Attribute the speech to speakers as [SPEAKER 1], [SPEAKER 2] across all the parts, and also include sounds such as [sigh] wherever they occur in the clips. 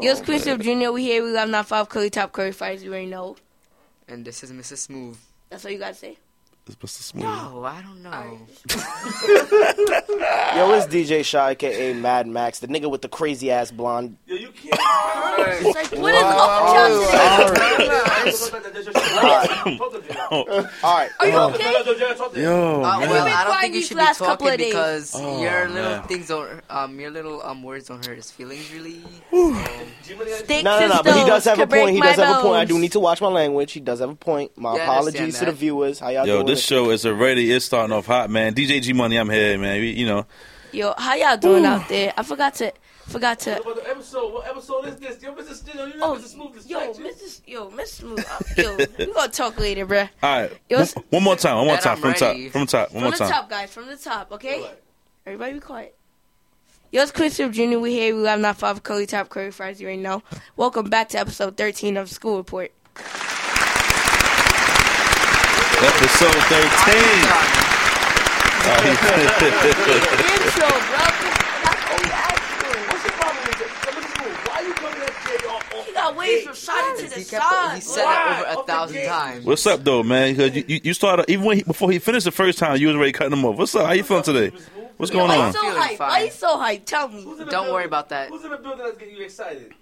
[SPEAKER 1] Yo, it's Chris Smith Jr. We here. We love not five curly top curly fries. You already know.
[SPEAKER 2] And this is Mrs. Smooth.
[SPEAKER 1] That's all you gotta say.
[SPEAKER 3] It's Mr. Smooth.
[SPEAKER 2] No, I don't know.
[SPEAKER 4] Yo, it's DJ Shy, aka Mad Max, the nigga with the crazy ass blonde.
[SPEAKER 5] Yo, you can't.
[SPEAKER 1] It's like what is up with y'all today?
[SPEAKER 4] All right,
[SPEAKER 1] Are you okay?
[SPEAKER 3] Yo,
[SPEAKER 2] Uh,
[SPEAKER 3] Oh, man.
[SPEAKER 2] well,
[SPEAKER 1] been
[SPEAKER 2] I don't
[SPEAKER 1] crying
[SPEAKER 2] think you
[SPEAKER 1] these
[SPEAKER 2] should be
[SPEAKER 1] last couple
[SPEAKER 2] talking
[SPEAKER 1] of days.
[SPEAKER 2] because
[SPEAKER 3] Oh,
[SPEAKER 2] your little
[SPEAKER 3] man.
[SPEAKER 2] things don't, um, your little um words don't hurt his feelings really.
[SPEAKER 1] Sticks
[SPEAKER 4] no, no,
[SPEAKER 1] and
[SPEAKER 4] no, but he
[SPEAKER 1] stones
[SPEAKER 4] does have a
[SPEAKER 1] could break
[SPEAKER 4] point. He
[SPEAKER 1] my
[SPEAKER 4] does have a point. I do
[SPEAKER 1] bones.
[SPEAKER 4] need to watch my language. He does have a point. My
[SPEAKER 2] Yeah, I understand
[SPEAKER 4] apologies to the
[SPEAKER 2] that.
[SPEAKER 4] viewers. How y'all
[SPEAKER 3] Yo,
[SPEAKER 4] doing?
[SPEAKER 3] this show is already it's starting off hot, man. DJ G Money, I'm here, man. We, you know,
[SPEAKER 1] Yo, how y'all doing out there? I forgot to, forgot to. Oh, yo, Mrs. Yo, Mrs. Smooth. uh, Yo, we gonna talk later, bruh.
[SPEAKER 3] all right.
[SPEAKER 1] Yo,
[SPEAKER 3] one,
[SPEAKER 1] it's-
[SPEAKER 3] one more time, one more
[SPEAKER 2] That
[SPEAKER 3] time,
[SPEAKER 2] I'm
[SPEAKER 3] from
[SPEAKER 2] ready.
[SPEAKER 3] top, from top, one
[SPEAKER 1] From
[SPEAKER 3] more
[SPEAKER 1] the
[SPEAKER 3] time.
[SPEAKER 1] top, guys. From the top, okay? Everybody be quiet. Yo, it's Chris Smith Jr. We here. We live not five curly top curly fries. You already know. Welcome back to episode thirteen of School Report.
[SPEAKER 3] Episode
[SPEAKER 2] Sorry.
[SPEAKER 3] thirteen.
[SPEAKER 1] Intro, bro. That's all we asked for. He got waves from shot to the
[SPEAKER 2] He, kept it,
[SPEAKER 1] side.
[SPEAKER 2] he said
[SPEAKER 5] Why?
[SPEAKER 2] it over a
[SPEAKER 5] Up the
[SPEAKER 2] thousand
[SPEAKER 5] gate.
[SPEAKER 2] times.
[SPEAKER 3] [laughs] What's up, though, man? Because you, you, you started even when he, before he finished the first time, you was already cutting him off. What's up? How you feeling today? What's going
[SPEAKER 1] Why you
[SPEAKER 3] on?
[SPEAKER 1] so
[SPEAKER 2] Feeling
[SPEAKER 1] hype? Why
[SPEAKER 2] fine.
[SPEAKER 1] you so hype? Tell me.
[SPEAKER 2] Don't worry about that.
[SPEAKER 5] Who's in the building that's getting you excited?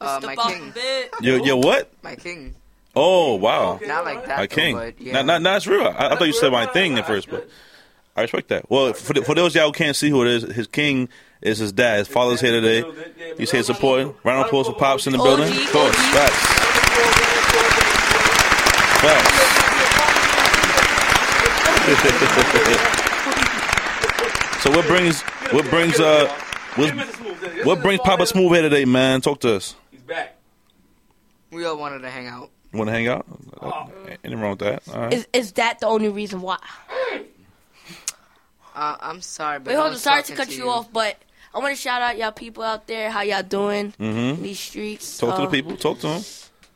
[SPEAKER 2] Uh,
[SPEAKER 1] It's
[SPEAKER 2] my
[SPEAKER 1] the bump
[SPEAKER 2] king,
[SPEAKER 1] bit.
[SPEAKER 3] Yo, yo, what?
[SPEAKER 2] my king.
[SPEAKER 3] Oh, wow.
[SPEAKER 5] Okay.
[SPEAKER 2] Not like that.
[SPEAKER 3] My
[SPEAKER 2] though,
[SPEAKER 3] king.
[SPEAKER 2] But, yeah.
[SPEAKER 3] Not, not, not it's real. I, I thought you said my thing at first, but I respect that. Well, for, the, for those y'all who can't see who it is, his king is his dad. His father's here today. He's here supporting. Round of applause for Pops in the building.
[SPEAKER 1] OG.
[SPEAKER 3] Of course. Facts. Facts. [laughs] so what brings what brings uh what, what brings Papa Smooth here today, man? Talk to us.
[SPEAKER 5] He's back.
[SPEAKER 2] We all wanted to hang out.
[SPEAKER 3] You want to hang out? Anything wrong with that? All right.
[SPEAKER 1] Is is that the only reason why?
[SPEAKER 2] Uh, I'm sorry, but
[SPEAKER 1] Wait,
[SPEAKER 2] I
[SPEAKER 1] hold on.
[SPEAKER 2] was
[SPEAKER 1] Sorry to
[SPEAKER 2] talking
[SPEAKER 1] cut you
[SPEAKER 3] [laughs]
[SPEAKER 1] off, but I want to shout out y'all people out there. How y'all doing?
[SPEAKER 3] Mm-hmm.
[SPEAKER 1] These streets.
[SPEAKER 3] Talk to
[SPEAKER 2] um,
[SPEAKER 3] the
[SPEAKER 1] Uh,
[SPEAKER 3] people. Talk to them.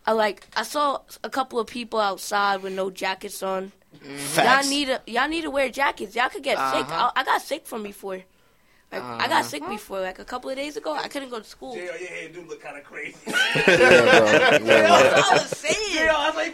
[SPEAKER 1] I like. I saw a couple of people outside with no jackets on.
[SPEAKER 4] Facts.
[SPEAKER 1] Y'all need to. Y'all need to wear jackets. Y'all could get sick. I,
[SPEAKER 2] Uh-huh.
[SPEAKER 1] I got sick from before. Like, I got
[SPEAKER 2] Uh-huh.
[SPEAKER 1] sick before. Like a couple of days ago, I couldn't go to school.
[SPEAKER 5] JR, your hair do look kind of [laughs] crazy.
[SPEAKER 1] [laughs] That's what I was
[SPEAKER 3] [laughs]
[SPEAKER 1] saying. Man,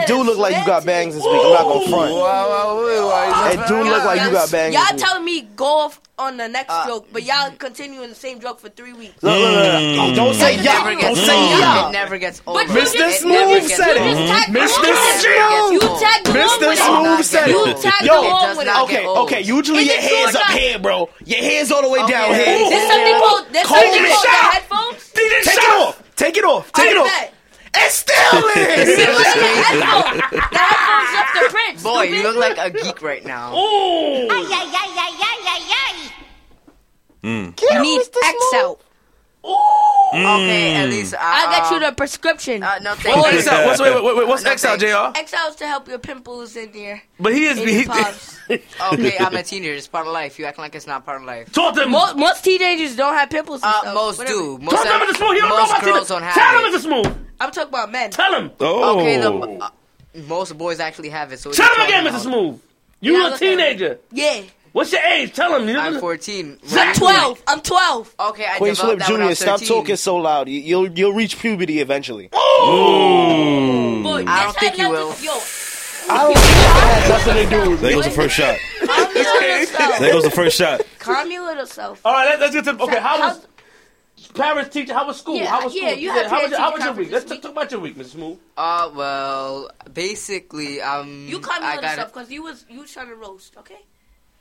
[SPEAKER 4] it do look like you got
[SPEAKER 1] expensive.
[SPEAKER 4] bangs this week. I'm not gonna front.
[SPEAKER 2] Oh,
[SPEAKER 4] It do look like you got bangs.
[SPEAKER 1] Y'all
[SPEAKER 4] this week.
[SPEAKER 1] telling me go off on the next
[SPEAKER 2] Uh,
[SPEAKER 1] joke, but y'all continuing the same joke for three weeks.
[SPEAKER 4] Look, look, look, look.
[SPEAKER 3] Mm.
[SPEAKER 4] Don't say
[SPEAKER 1] It
[SPEAKER 4] y'all.
[SPEAKER 1] never
[SPEAKER 4] Don't
[SPEAKER 1] gets
[SPEAKER 4] say
[SPEAKER 1] old.
[SPEAKER 2] It
[SPEAKER 4] y'all.
[SPEAKER 2] never gets old.
[SPEAKER 1] But you
[SPEAKER 4] Mr.
[SPEAKER 1] just-
[SPEAKER 4] Smooth
[SPEAKER 1] you just
[SPEAKER 4] said it.
[SPEAKER 1] tagged along
[SPEAKER 3] Mhm.
[SPEAKER 4] Mr.
[SPEAKER 1] with it.
[SPEAKER 4] Smooth.
[SPEAKER 1] You tagged along
[SPEAKER 4] Mr.
[SPEAKER 1] with it.
[SPEAKER 4] Smooth said
[SPEAKER 1] You
[SPEAKER 4] it.
[SPEAKER 1] tagged
[SPEAKER 4] Yo,
[SPEAKER 1] along
[SPEAKER 2] does
[SPEAKER 1] with
[SPEAKER 2] not
[SPEAKER 1] it.
[SPEAKER 2] get
[SPEAKER 4] Okay,
[SPEAKER 2] old.
[SPEAKER 4] okay. Usually
[SPEAKER 1] Is
[SPEAKER 4] your
[SPEAKER 1] it true
[SPEAKER 4] hair's
[SPEAKER 1] or
[SPEAKER 4] up
[SPEAKER 1] not?
[SPEAKER 4] here, bro. Your hair's all the way down
[SPEAKER 2] Okay.
[SPEAKER 4] here.
[SPEAKER 1] There's something called there's
[SPEAKER 4] Call
[SPEAKER 1] something
[SPEAKER 4] me
[SPEAKER 1] called the
[SPEAKER 4] shot.
[SPEAKER 1] headphones.
[SPEAKER 4] Take it off. Take it off. Take it off. It's
[SPEAKER 3] [laughs]
[SPEAKER 4] still in.
[SPEAKER 1] It was the headphones.
[SPEAKER 2] [laughs]
[SPEAKER 1] The headphones left the prints.
[SPEAKER 2] Boy, you
[SPEAKER 1] stupid.
[SPEAKER 2] look like a geek
[SPEAKER 1] [laughs]
[SPEAKER 2] right now.
[SPEAKER 3] Mm.
[SPEAKER 1] You need X out.
[SPEAKER 2] Okay,
[SPEAKER 3] Mm.
[SPEAKER 2] at least I,
[SPEAKER 1] I'll get you
[SPEAKER 2] uh,
[SPEAKER 1] the prescription.
[SPEAKER 2] Uh, no,
[SPEAKER 5] What's
[SPEAKER 2] thank
[SPEAKER 5] X
[SPEAKER 2] you.
[SPEAKER 5] out? What's, wait, wait, wait, what's
[SPEAKER 2] No,
[SPEAKER 5] X out, JR?
[SPEAKER 1] X out to help your pimples in
[SPEAKER 2] [laughs]
[SPEAKER 1] there.
[SPEAKER 5] But he is.
[SPEAKER 1] In your
[SPEAKER 5] He,
[SPEAKER 1] pops. [laughs]
[SPEAKER 2] Okay, I'm a teenager. It's part of life. You acting like it's not part of life.
[SPEAKER 5] talk to him.
[SPEAKER 1] most, most teenagers don't have pimples. And
[SPEAKER 2] Uh,
[SPEAKER 1] stuff.
[SPEAKER 2] most
[SPEAKER 1] Whatever.
[SPEAKER 2] do. Most,
[SPEAKER 5] Talk to him, Mr. Smooth. He don't know
[SPEAKER 2] most
[SPEAKER 5] about
[SPEAKER 2] girls
[SPEAKER 5] Mr.
[SPEAKER 2] don't have
[SPEAKER 5] Tell him,
[SPEAKER 2] it.
[SPEAKER 5] Mr. Smooth.
[SPEAKER 1] I'm talking about men.
[SPEAKER 5] Tell him.
[SPEAKER 3] Oh.
[SPEAKER 2] Okay, the, uh, most boys actually have it. So what
[SPEAKER 5] Tell
[SPEAKER 2] you
[SPEAKER 5] him again,
[SPEAKER 2] talking
[SPEAKER 5] Mr.
[SPEAKER 2] about?
[SPEAKER 5] Smooth. You
[SPEAKER 1] Yeah,
[SPEAKER 5] a
[SPEAKER 1] look at him.
[SPEAKER 5] teenager.
[SPEAKER 1] Yeah,
[SPEAKER 5] What's your age? Tell him. You
[SPEAKER 2] I'm
[SPEAKER 5] look-
[SPEAKER 2] 14.
[SPEAKER 1] I'm 12. I'm 12.
[SPEAKER 2] Okay, I
[SPEAKER 4] Queen Flip
[SPEAKER 2] developed that when I
[SPEAKER 4] Jr.
[SPEAKER 2] was
[SPEAKER 4] Stop
[SPEAKER 2] 13.
[SPEAKER 4] talking so loud. You- You'll you'll reach puberty eventually.
[SPEAKER 5] Oh,
[SPEAKER 4] Mm.
[SPEAKER 1] Boy,
[SPEAKER 2] I
[SPEAKER 1] that's
[SPEAKER 2] don't think
[SPEAKER 1] how
[SPEAKER 2] you
[SPEAKER 1] y'all
[SPEAKER 2] will.
[SPEAKER 1] just- Yo,
[SPEAKER 4] I don't think that had nothing to do with
[SPEAKER 3] There
[SPEAKER 4] me.
[SPEAKER 3] goes the first shot.
[SPEAKER 1] calm your
[SPEAKER 4] [laughs]
[SPEAKER 1] little self.
[SPEAKER 3] There goes the first shot.
[SPEAKER 1] Calm your little self.
[SPEAKER 5] All right, let- let's get to okay. How
[SPEAKER 1] How's-
[SPEAKER 5] was parents, teacher? How was school?
[SPEAKER 1] Yeah,
[SPEAKER 5] how was
[SPEAKER 1] yeah,
[SPEAKER 5] school?
[SPEAKER 1] you had
[SPEAKER 5] how
[SPEAKER 1] parent-teacher
[SPEAKER 5] was your, how was your
[SPEAKER 1] conference
[SPEAKER 5] week?
[SPEAKER 1] this
[SPEAKER 5] Let's t-
[SPEAKER 1] week.
[SPEAKER 5] talk about your week, Mr. Smooth.
[SPEAKER 2] [laughs] Uh, well, basically, um,
[SPEAKER 4] Mm,
[SPEAKER 1] You calm your
[SPEAKER 2] I
[SPEAKER 1] little
[SPEAKER 2] got
[SPEAKER 1] self because you was you trying to roast, okay?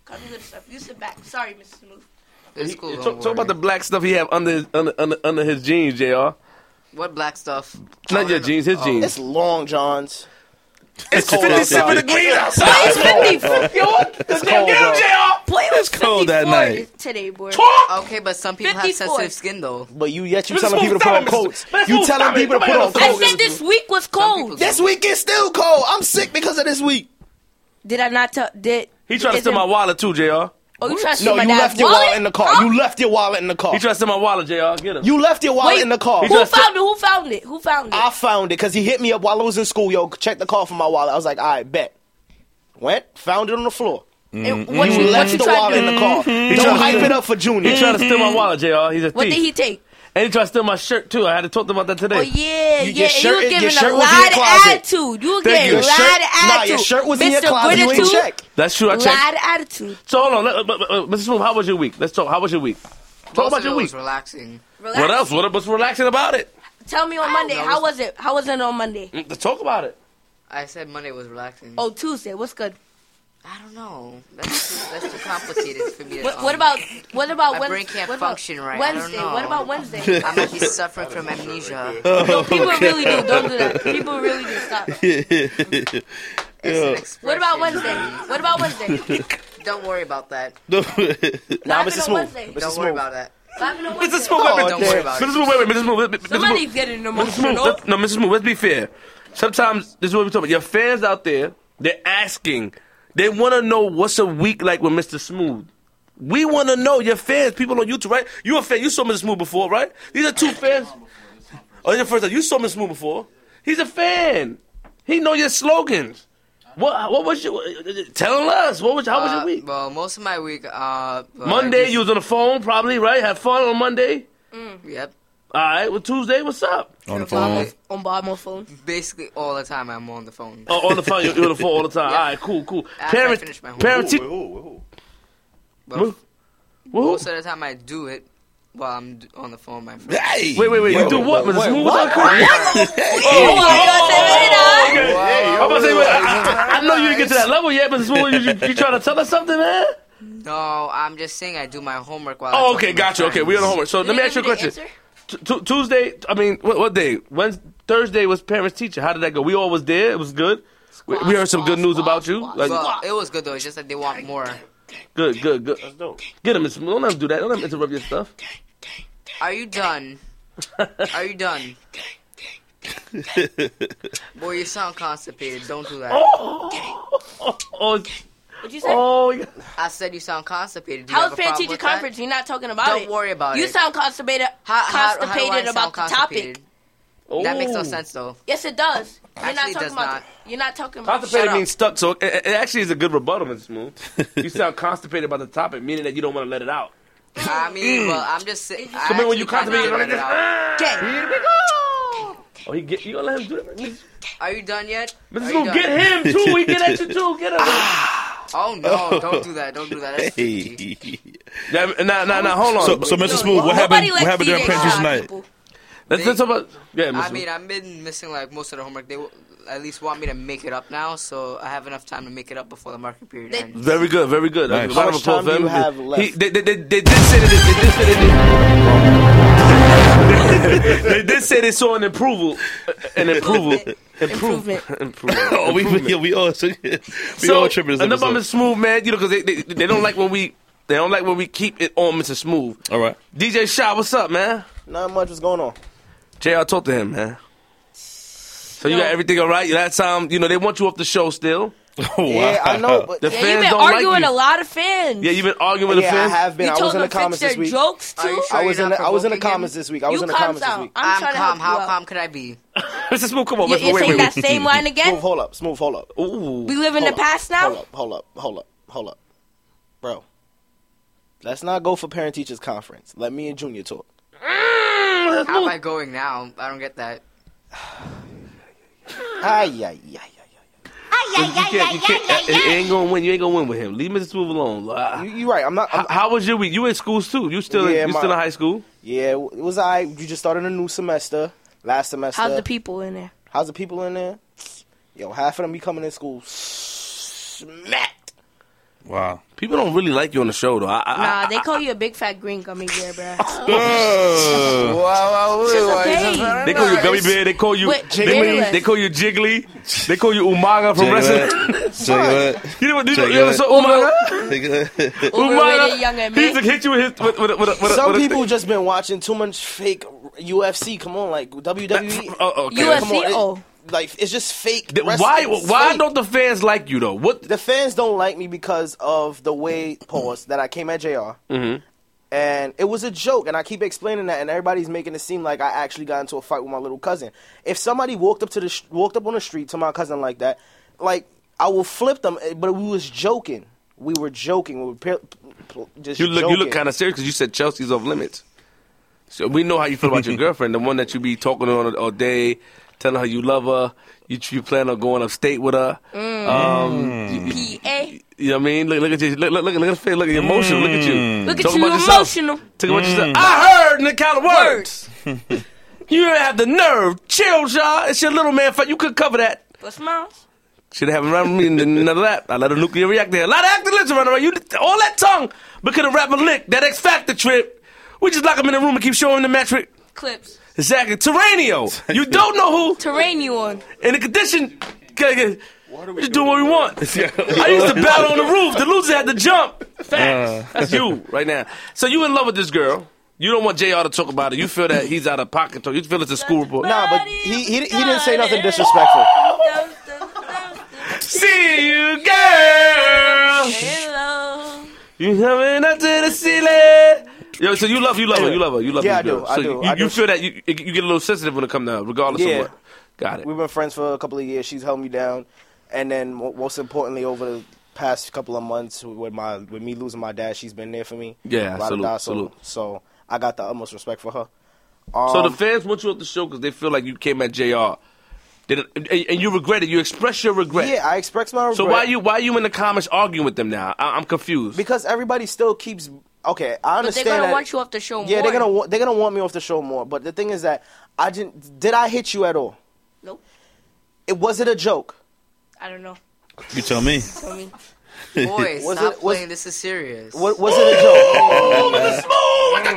[SPEAKER 1] Calm your little self. You sit back. Sorry, Mr. Smooth.
[SPEAKER 2] It's cool.
[SPEAKER 5] talk,
[SPEAKER 2] don't
[SPEAKER 5] talk about
[SPEAKER 2] worry.
[SPEAKER 5] the black stuff he have under his, under, under under his jeans, Jr. Not
[SPEAKER 2] what black stuff? Oh, no,
[SPEAKER 5] your
[SPEAKER 2] no.
[SPEAKER 5] jeans, his jeans.
[SPEAKER 4] It's long johns.
[SPEAKER 5] It's
[SPEAKER 3] [laughs]
[SPEAKER 4] cold
[SPEAKER 5] 57
[SPEAKER 4] outside.
[SPEAKER 5] degrees outside.
[SPEAKER 1] It's 54.
[SPEAKER 5] Yo, what? Get
[SPEAKER 4] cold,
[SPEAKER 5] him,
[SPEAKER 4] bro.
[SPEAKER 5] Jr.
[SPEAKER 1] Boy, it was
[SPEAKER 3] cold that
[SPEAKER 1] 54
[SPEAKER 3] night.
[SPEAKER 1] Today, boy.
[SPEAKER 5] Talk.
[SPEAKER 2] Okay, but some people have
[SPEAKER 1] 54.
[SPEAKER 2] sensitive skin though.
[SPEAKER 4] But you yet you
[SPEAKER 5] Mr.
[SPEAKER 4] telling people
[SPEAKER 5] Smooth,
[SPEAKER 4] to put
[SPEAKER 5] stop
[SPEAKER 4] on
[SPEAKER 5] it, Mr.
[SPEAKER 4] coats.
[SPEAKER 5] Mr.
[SPEAKER 4] You
[SPEAKER 5] Smooth,
[SPEAKER 4] telling
[SPEAKER 5] stop it.
[SPEAKER 4] people to put
[SPEAKER 5] Nobody
[SPEAKER 4] on
[SPEAKER 5] knows
[SPEAKER 1] I
[SPEAKER 4] coats.
[SPEAKER 1] said this week was cold.
[SPEAKER 2] people-
[SPEAKER 4] This week is still cold. I'm sick because of this week.
[SPEAKER 1] Did I not tell? Did
[SPEAKER 5] He tried to
[SPEAKER 1] is it-
[SPEAKER 5] steal my wallet too, Jr.
[SPEAKER 1] Oh, you tried to
[SPEAKER 4] No,
[SPEAKER 1] steal my
[SPEAKER 4] you
[SPEAKER 1] dad's
[SPEAKER 4] left your
[SPEAKER 1] wallet?
[SPEAKER 4] wallet in the car.
[SPEAKER 1] Huh?
[SPEAKER 4] You left your wallet in the car.
[SPEAKER 5] He tried to steal my wallet, Jr. Get him.
[SPEAKER 4] You left your wallet
[SPEAKER 1] Wait.
[SPEAKER 4] in the car.
[SPEAKER 5] He
[SPEAKER 1] Who
[SPEAKER 5] tried- Just-
[SPEAKER 1] found it? Who found it? Who found it?
[SPEAKER 4] I found it because he hit me up while I was in school. Yo, check the car for my wallet. I was like, all right, bet. Went, found it on the floor.
[SPEAKER 1] And what
[SPEAKER 4] You
[SPEAKER 1] you, what
[SPEAKER 4] left
[SPEAKER 1] you
[SPEAKER 4] the
[SPEAKER 1] tried
[SPEAKER 4] wallet
[SPEAKER 1] to
[SPEAKER 4] in
[SPEAKER 1] do?
[SPEAKER 4] the car.
[SPEAKER 5] tried
[SPEAKER 4] Don't
[SPEAKER 5] to
[SPEAKER 4] hype
[SPEAKER 5] do-
[SPEAKER 4] it up for Junior.
[SPEAKER 5] He tried to steal my wallet, Jr. He's a thief.
[SPEAKER 1] Mm-hmm. What did he take?
[SPEAKER 5] And he tried to steal my shirt too. I had to talk to him about that today.
[SPEAKER 1] Oh yeah, yeah.
[SPEAKER 4] You- your
[SPEAKER 1] and you
[SPEAKER 4] shirt-
[SPEAKER 1] were
[SPEAKER 4] your
[SPEAKER 1] giving
[SPEAKER 4] shirt
[SPEAKER 1] a
[SPEAKER 4] was in
[SPEAKER 1] lot
[SPEAKER 4] your
[SPEAKER 1] of
[SPEAKER 4] closet.
[SPEAKER 1] attitude. You were
[SPEAKER 5] Thank
[SPEAKER 1] getting
[SPEAKER 5] you.
[SPEAKER 1] a
[SPEAKER 4] Your
[SPEAKER 1] lot
[SPEAKER 4] shirt-
[SPEAKER 1] of attitude.
[SPEAKER 4] nah, your shirt was in your
[SPEAKER 1] Mr.
[SPEAKER 4] closet. You ain't
[SPEAKER 1] Gratitude,
[SPEAKER 4] check.
[SPEAKER 5] That's true. I
[SPEAKER 1] A
[SPEAKER 5] checked.
[SPEAKER 1] lot of attitude.
[SPEAKER 5] So hold on, let, but, but, but, Mr. Smooth, how was your week? Let's talk. How was your week? Talk
[SPEAKER 2] Most
[SPEAKER 5] about
[SPEAKER 2] of
[SPEAKER 5] your
[SPEAKER 2] it
[SPEAKER 5] week.
[SPEAKER 2] was relaxing.
[SPEAKER 1] Relax.
[SPEAKER 5] What else? What was relaxing about it?
[SPEAKER 1] Tell me on Monday.
[SPEAKER 2] know.
[SPEAKER 1] How was it? How was it on Monday?
[SPEAKER 5] Mm, Let's talk about it.
[SPEAKER 2] I said Monday was relaxing.
[SPEAKER 1] Oh, Tuesday. What's good?
[SPEAKER 2] I don't know. That's too, that's too complicated for me to.
[SPEAKER 1] What,
[SPEAKER 2] um,
[SPEAKER 1] what about what about
[SPEAKER 2] my
[SPEAKER 1] Wednes-
[SPEAKER 2] brain can't
[SPEAKER 1] what about
[SPEAKER 2] function right. I don't
[SPEAKER 1] Wednesday?
[SPEAKER 2] know.
[SPEAKER 1] What about
[SPEAKER 2] [laughs]
[SPEAKER 1] Wednesday?
[SPEAKER 2] um, I might be suffering from amnesia.
[SPEAKER 1] no,
[SPEAKER 4] Oh,
[SPEAKER 1] people really do. Don't do that. People really do.
[SPEAKER 4] [laughs]
[SPEAKER 1] Stop.
[SPEAKER 2] It's an expression.
[SPEAKER 1] What about Wednesday? What about
[SPEAKER 4] [laughs]
[SPEAKER 1] Wednesday? What
[SPEAKER 2] Don't worry about that.
[SPEAKER 4] Nah,
[SPEAKER 1] happened
[SPEAKER 4] Mr.
[SPEAKER 1] on
[SPEAKER 4] Smooth.
[SPEAKER 1] Wednesday?
[SPEAKER 4] Mr.
[SPEAKER 2] Don't worry
[SPEAKER 4] Smooth.
[SPEAKER 2] about that.
[SPEAKER 1] What happened on Wednesday?
[SPEAKER 5] wait, wait,
[SPEAKER 2] Don't worry about
[SPEAKER 5] Mr.
[SPEAKER 2] it.
[SPEAKER 5] Smooth, wait, wait, Mr. Smooth, wait, Mr. Smooth.
[SPEAKER 1] Somebody's getting
[SPEAKER 5] Mr. Smooth,
[SPEAKER 1] emotional.
[SPEAKER 5] let's, no, Mr. Smooth, let's be fair. Sometimes this is what we're talking about. Your fans out there, they're asking. They want to know what's a week like with Mr. Smooth. We want to know your fans, people on YouTube, right? You a fan? You saw Mr. Smooth before, right? These are two fans. Oh, it's your first time. You saw Mr. Smooth before. He's a fan. He know your slogans. What? What was your? Telling us. What was? How was your
[SPEAKER 2] Uh,
[SPEAKER 5] week?
[SPEAKER 2] Well, most of my week. Uh, well, I
[SPEAKER 5] Monday,
[SPEAKER 2] just-
[SPEAKER 5] you was on the phone, probably right. Had fun on Monday.
[SPEAKER 2] Yep.
[SPEAKER 5] All right. Well, Tuesday, what's up?
[SPEAKER 3] on the
[SPEAKER 1] Bomb
[SPEAKER 3] phone.
[SPEAKER 1] on Bob my phone.
[SPEAKER 2] Basically, all the time I'm on the phone.
[SPEAKER 5] Oh, on the phone. You're, you're on the phone all the time. All right, cool, cool.
[SPEAKER 2] After I
[SPEAKER 5] Parents,
[SPEAKER 2] finish my homework.
[SPEAKER 5] parents, te-
[SPEAKER 2] But
[SPEAKER 5] Woo. Woo.
[SPEAKER 2] most of the time I do it while I'm d- on the phone with my friend.
[SPEAKER 3] Hey,
[SPEAKER 5] Wait, wait, wait. You do what? Was it smooth? Was it quick?
[SPEAKER 1] Oh,
[SPEAKER 5] Okay. I'm about to say, wait, I, I- I know you didn't get to that level yet, but smooth, you, you, you trying to tell us something, man?
[SPEAKER 2] No, I'm just saying I do my homework while. I
[SPEAKER 5] Oh,
[SPEAKER 2] talk
[SPEAKER 5] okay,
[SPEAKER 2] to my
[SPEAKER 5] got you. Okay, we on the
[SPEAKER 2] friends.
[SPEAKER 5] homework. So let me ask you a question. Tu- tu- Tuesday, I mean, what, what day? Wednesday, Thursday was parents teacher. How did that go? We all was there. It was good. We, we heard some good news about you. Like,
[SPEAKER 2] Well, it was good though. It's just that they want more.
[SPEAKER 5] good, good, good. Get him, Miss Smooth. Don't let him do that. Don't let him interrupt your stuff.
[SPEAKER 2] Are you done? Are you done? Boy, you sound constipated. Don't do that.
[SPEAKER 5] Oh, oh, [laughs] oh,
[SPEAKER 1] What'd you say?
[SPEAKER 5] oh, yeah.
[SPEAKER 2] I said you sound constipated. Do you
[SPEAKER 1] How's
[SPEAKER 2] have a
[SPEAKER 1] parent
[SPEAKER 2] problem
[SPEAKER 1] teacher
[SPEAKER 2] with that?
[SPEAKER 1] conference? You're not talking about
[SPEAKER 2] Don't
[SPEAKER 1] it.
[SPEAKER 2] worry about
[SPEAKER 1] you
[SPEAKER 2] it.
[SPEAKER 1] sound constipated,
[SPEAKER 2] How- how- how do I
[SPEAKER 1] constipated
[SPEAKER 2] sound
[SPEAKER 1] about the
[SPEAKER 2] constipated?
[SPEAKER 1] topic.
[SPEAKER 2] That makes no
[SPEAKER 5] Oh.
[SPEAKER 2] sense though.
[SPEAKER 1] Yes, it does. You're not
[SPEAKER 2] Actually, it
[SPEAKER 1] talking
[SPEAKER 2] does
[SPEAKER 1] about.
[SPEAKER 2] not.
[SPEAKER 1] the- You're not talking about.
[SPEAKER 5] Constipated
[SPEAKER 1] Shut
[SPEAKER 5] means
[SPEAKER 1] up.
[SPEAKER 5] stuck, so it, it it actually is a good rebuttal, Mr. Smooth. You sound constipated about the topic, meaning that you don't want to let it out.
[SPEAKER 2] I
[SPEAKER 1] Mm.
[SPEAKER 2] mean, well, I'm just saying. I
[SPEAKER 5] Remember
[SPEAKER 2] actually
[SPEAKER 5] when you
[SPEAKER 2] tried to
[SPEAKER 5] constipated,
[SPEAKER 2] figure
[SPEAKER 5] you're like
[SPEAKER 2] it
[SPEAKER 5] this,
[SPEAKER 2] out.
[SPEAKER 5] "Ah,
[SPEAKER 1] Okay.
[SPEAKER 5] here we go." Oh, he get, you gonna let him do that? Mr.
[SPEAKER 2] Are you done yet? Are you
[SPEAKER 5] Smooth,
[SPEAKER 2] done?
[SPEAKER 5] get him too. We get at you too. Get him.
[SPEAKER 2] Oh
[SPEAKER 1] [laughs]
[SPEAKER 2] no! Don't do that! Don't do that! That's
[SPEAKER 3] hey.
[SPEAKER 2] hey.
[SPEAKER 5] Yeah, nah, nah, nah. Hold on.
[SPEAKER 3] So, so Mr. Smooth, what
[SPEAKER 1] Nobody
[SPEAKER 3] happened?
[SPEAKER 1] likes
[SPEAKER 3] What happened during
[SPEAKER 1] DJ
[SPEAKER 3] parents teacher
[SPEAKER 1] Khaled,
[SPEAKER 3] night?
[SPEAKER 1] people.
[SPEAKER 5] let's, let's talk about. Yeah, Mr.
[SPEAKER 2] I
[SPEAKER 5] Smooth.
[SPEAKER 2] mean, I've been missing like most of the homework. They w- at least want me to make it up now, so I have enough time to make it up before the marking period
[SPEAKER 1] They-
[SPEAKER 2] ends.
[SPEAKER 5] very good, very good.
[SPEAKER 3] Nice.
[SPEAKER 5] A lot
[SPEAKER 4] How
[SPEAKER 5] of
[SPEAKER 4] much time
[SPEAKER 5] applause
[SPEAKER 4] do
[SPEAKER 5] for
[SPEAKER 4] you
[SPEAKER 5] him.
[SPEAKER 4] have left?
[SPEAKER 5] He, they, they, they, they did say that they, [laughs] they did say that they, they did say they saw an approval, an approval,
[SPEAKER 1] Improvement.
[SPEAKER 5] improvement.
[SPEAKER 3] [laughs] Oh, we yeah, we all [laughs] we all tripping. This
[SPEAKER 5] enough about Mr.
[SPEAKER 3] episode.
[SPEAKER 5] Smooth, man. You know, because they, they they don't like when we they don't like when we keep it on Mr. Smooth.
[SPEAKER 3] All right. [laughs]
[SPEAKER 5] DJ Shaw, what's up, man?
[SPEAKER 4] Not much was going on.
[SPEAKER 5] JR talk to him, man. So you got
[SPEAKER 1] Yo.
[SPEAKER 5] everything all right? That time, you know, they want you off the show still.
[SPEAKER 3] wow.
[SPEAKER 4] Yeah, I know, but
[SPEAKER 5] The
[SPEAKER 1] Yeah,
[SPEAKER 5] fans
[SPEAKER 1] you've been
[SPEAKER 5] don't like
[SPEAKER 1] arguing
[SPEAKER 5] you.
[SPEAKER 1] a lot of fans.
[SPEAKER 5] Yeah, you've been arguing with
[SPEAKER 4] yeah,
[SPEAKER 5] the
[SPEAKER 4] I
[SPEAKER 5] fans. [laughs]
[SPEAKER 4] have been.
[SPEAKER 1] you
[SPEAKER 4] I
[SPEAKER 1] told
[SPEAKER 4] was in
[SPEAKER 1] them to
[SPEAKER 4] the
[SPEAKER 1] fix
[SPEAKER 4] comments
[SPEAKER 1] their
[SPEAKER 4] this week.
[SPEAKER 1] jokes
[SPEAKER 2] Are you
[SPEAKER 1] too.
[SPEAKER 2] sure?
[SPEAKER 4] I was
[SPEAKER 2] You're
[SPEAKER 4] in
[SPEAKER 2] not
[SPEAKER 4] the I was in the
[SPEAKER 2] provoking him?
[SPEAKER 4] comments this week. I was
[SPEAKER 1] you
[SPEAKER 4] in the
[SPEAKER 1] calm
[SPEAKER 4] comments this
[SPEAKER 1] down.
[SPEAKER 4] week.
[SPEAKER 1] I'm trying to
[SPEAKER 2] calm.
[SPEAKER 1] help
[SPEAKER 2] How
[SPEAKER 1] you out.
[SPEAKER 2] calm could I be?
[SPEAKER 5] Mr. Smooth, come on,
[SPEAKER 1] You-
[SPEAKER 5] Mr. Smooth,
[SPEAKER 1] You're
[SPEAKER 5] wait,
[SPEAKER 1] saying
[SPEAKER 5] wait,
[SPEAKER 1] that
[SPEAKER 5] wait.
[SPEAKER 1] same line
[SPEAKER 4] Smooth,
[SPEAKER 1] again.
[SPEAKER 4] hold up. Smooth, hold up.
[SPEAKER 5] Ooh.
[SPEAKER 1] We live in the
[SPEAKER 4] Hold up,
[SPEAKER 1] past now.
[SPEAKER 4] Hold up, hold up, hold up, hold up, bro. Let's not go for parent teachers conference. Let me and Junior talk.
[SPEAKER 2] How am I going now? I don't get that.
[SPEAKER 4] Ay, ay, ay, ay, ay.
[SPEAKER 5] You can't, you can't, it- it ain't gonna win. You ain't gonna win with him. Leave Mr. Smooth alone. Ah.
[SPEAKER 4] You, you right. I'm not. I'm,
[SPEAKER 5] How, how was your week? You in school too? You still
[SPEAKER 4] Yeah,
[SPEAKER 5] you
[SPEAKER 4] my-
[SPEAKER 5] still in high school?
[SPEAKER 4] yeah, it was I. You just started a new semester. Last semester.
[SPEAKER 1] How's the people in there?
[SPEAKER 4] How's the people in there? Yo, half of them be coming in school smacked.
[SPEAKER 3] Wow.
[SPEAKER 5] People don't really like you on the show though. I, I,
[SPEAKER 1] Nah, they call you a big fat green gummy bear, bruh.
[SPEAKER 3] Uh,
[SPEAKER 1] It's okay.
[SPEAKER 5] They call you gummy bear. They call you
[SPEAKER 1] Wait,
[SPEAKER 5] they,
[SPEAKER 1] Jiggly.
[SPEAKER 5] call, they call you jiggly. They call you umaga from wrestling.
[SPEAKER 3] Check
[SPEAKER 5] you know what? You, know,
[SPEAKER 3] Jiggly.
[SPEAKER 5] you ever saw umaga?
[SPEAKER 3] it out.
[SPEAKER 1] Overrated young
[SPEAKER 5] Umaga.
[SPEAKER 1] and
[SPEAKER 5] He used to
[SPEAKER 1] me.
[SPEAKER 5] hit you with his with, with, with, with, with
[SPEAKER 4] Some
[SPEAKER 5] with
[SPEAKER 4] people just been watching too much fake UFC. Come on, like WWE.
[SPEAKER 5] Oh, okay.
[SPEAKER 1] UFC?
[SPEAKER 4] Come on, it-
[SPEAKER 1] Oh.
[SPEAKER 4] like it's just fake.
[SPEAKER 5] Th- Why?
[SPEAKER 4] wrestling. It's
[SPEAKER 5] Why
[SPEAKER 4] fake.
[SPEAKER 5] don't the fans like you though? What?
[SPEAKER 4] the fans don't like me because of the way pause that I came at junior
[SPEAKER 5] Mm-hmm.
[SPEAKER 4] And it was a joke, and I keep explaining that, and everybody's making it seem like I actually got into a fight with my little cousin. If somebody walked up to the sh- walked up on the street to my cousin like that, like I will flip them. eh, But we was joking. We were joking. We were pe- p- p- just
[SPEAKER 5] You look. You
[SPEAKER 4] joking.
[SPEAKER 5] look kind of serious because you said Chelsea's off limits. So we know how you feel
[SPEAKER 4] [laughs]
[SPEAKER 5] about your girlfriend, the one that you be talking to on all day, telling her you love her, you, you plan on going upstate with her.
[SPEAKER 1] Mm.
[SPEAKER 5] Um, you,
[SPEAKER 1] PA.
[SPEAKER 5] you know what I mean? Look, look at you. Look, look, look, look at the face. Look at your emotion. Look at you.
[SPEAKER 1] Look at
[SPEAKER 5] Talking
[SPEAKER 1] you,
[SPEAKER 5] about yourself.
[SPEAKER 1] emotional.
[SPEAKER 5] Talk about yourself. I heard in the count of words. [laughs] you don't have the nerve. Chill, y'all. It's your little man. fight. You could cover that.
[SPEAKER 1] But smiles.
[SPEAKER 5] Should have run me and then none of that. I let a nuclear reactor. A lot of acting lips around. around. You all that tongue, but couldn't rap a lick. That X Factor trip. We just lock him in a room and keep showing him the metric.
[SPEAKER 1] Clips.
[SPEAKER 5] Exactly. Terranio. You don't know who.
[SPEAKER 1] Terrain you on.
[SPEAKER 5] In the condition. Just do what we want. I used to battle on the roof. The loser had to jump.
[SPEAKER 4] Uh.
[SPEAKER 5] Facts. That's you right now. So you in love with this girl. You don't want JR to talk about it. You feel that he's out of pocket. You feel it's a school report.
[SPEAKER 4] Nah, but he, he he didn't say nothing disrespectful.
[SPEAKER 5] See you, girl.
[SPEAKER 1] Hello.
[SPEAKER 5] You coming up to the ceiling. Yo, so you love, you love her, you love her, you love
[SPEAKER 4] Yeah,
[SPEAKER 5] her.
[SPEAKER 4] I do,
[SPEAKER 5] So
[SPEAKER 4] I do,
[SPEAKER 5] You,
[SPEAKER 4] I
[SPEAKER 5] you
[SPEAKER 4] do.
[SPEAKER 5] feel that you, you get a little sensitive when it comes down, regardless
[SPEAKER 4] Yeah.
[SPEAKER 5] of what. Got it.
[SPEAKER 4] We've been friends for a couple of years. She's held me down, and then mo- most importantly, over the past couple of months, with my with me losing my dad, she's been there for me.
[SPEAKER 5] Yeah,
[SPEAKER 4] Ride or
[SPEAKER 5] salute,
[SPEAKER 4] die, so,
[SPEAKER 5] salute.
[SPEAKER 4] So I got the utmost respect for her. Um,
[SPEAKER 5] So the fans want you off the show because they feel like you came at Jr. They don't- and, and you regret it. You express your regret.
[SPEAKER 4] yeah, I express my regret.
[SPEAKER 5] So why you why you in the comments arguing with them now? I, I'm confused.
[SPEAKER 4] Because everybody still keeps. Okay, I
[SPEAKER 1] But they're
[SPEAKER 4] understand.
[SPEAKER 1] gonna
[SPEAKER 4] that-
[SPEAKER 1] want you off the show more.
[SPEAKER 4] Yeah, they're gonna wa- they're gonna want me off the show more. But the thing is that I didn't. Did I hit you at all?
[SPEAKER 1] Nope.
[SPEAKER 4] It was it a joke?
[SPEAKER 1] I don't know.
[SPEAKER 3] [laughs] You tell me.
[SPEAKER 1] Tell me.
[SPEAKER 2] Boys,
[SPEAKER 4] Was
[SPEAKER 2] stop
[SPEAKER 4] it- was-
[SPEAKER 2] playing. This is serious.
[SPEAKER 4] What was it a
[SPEAKER 1] [laughs]
[SPEAKER 4] joke? Mm.
[SPEAKER 1] I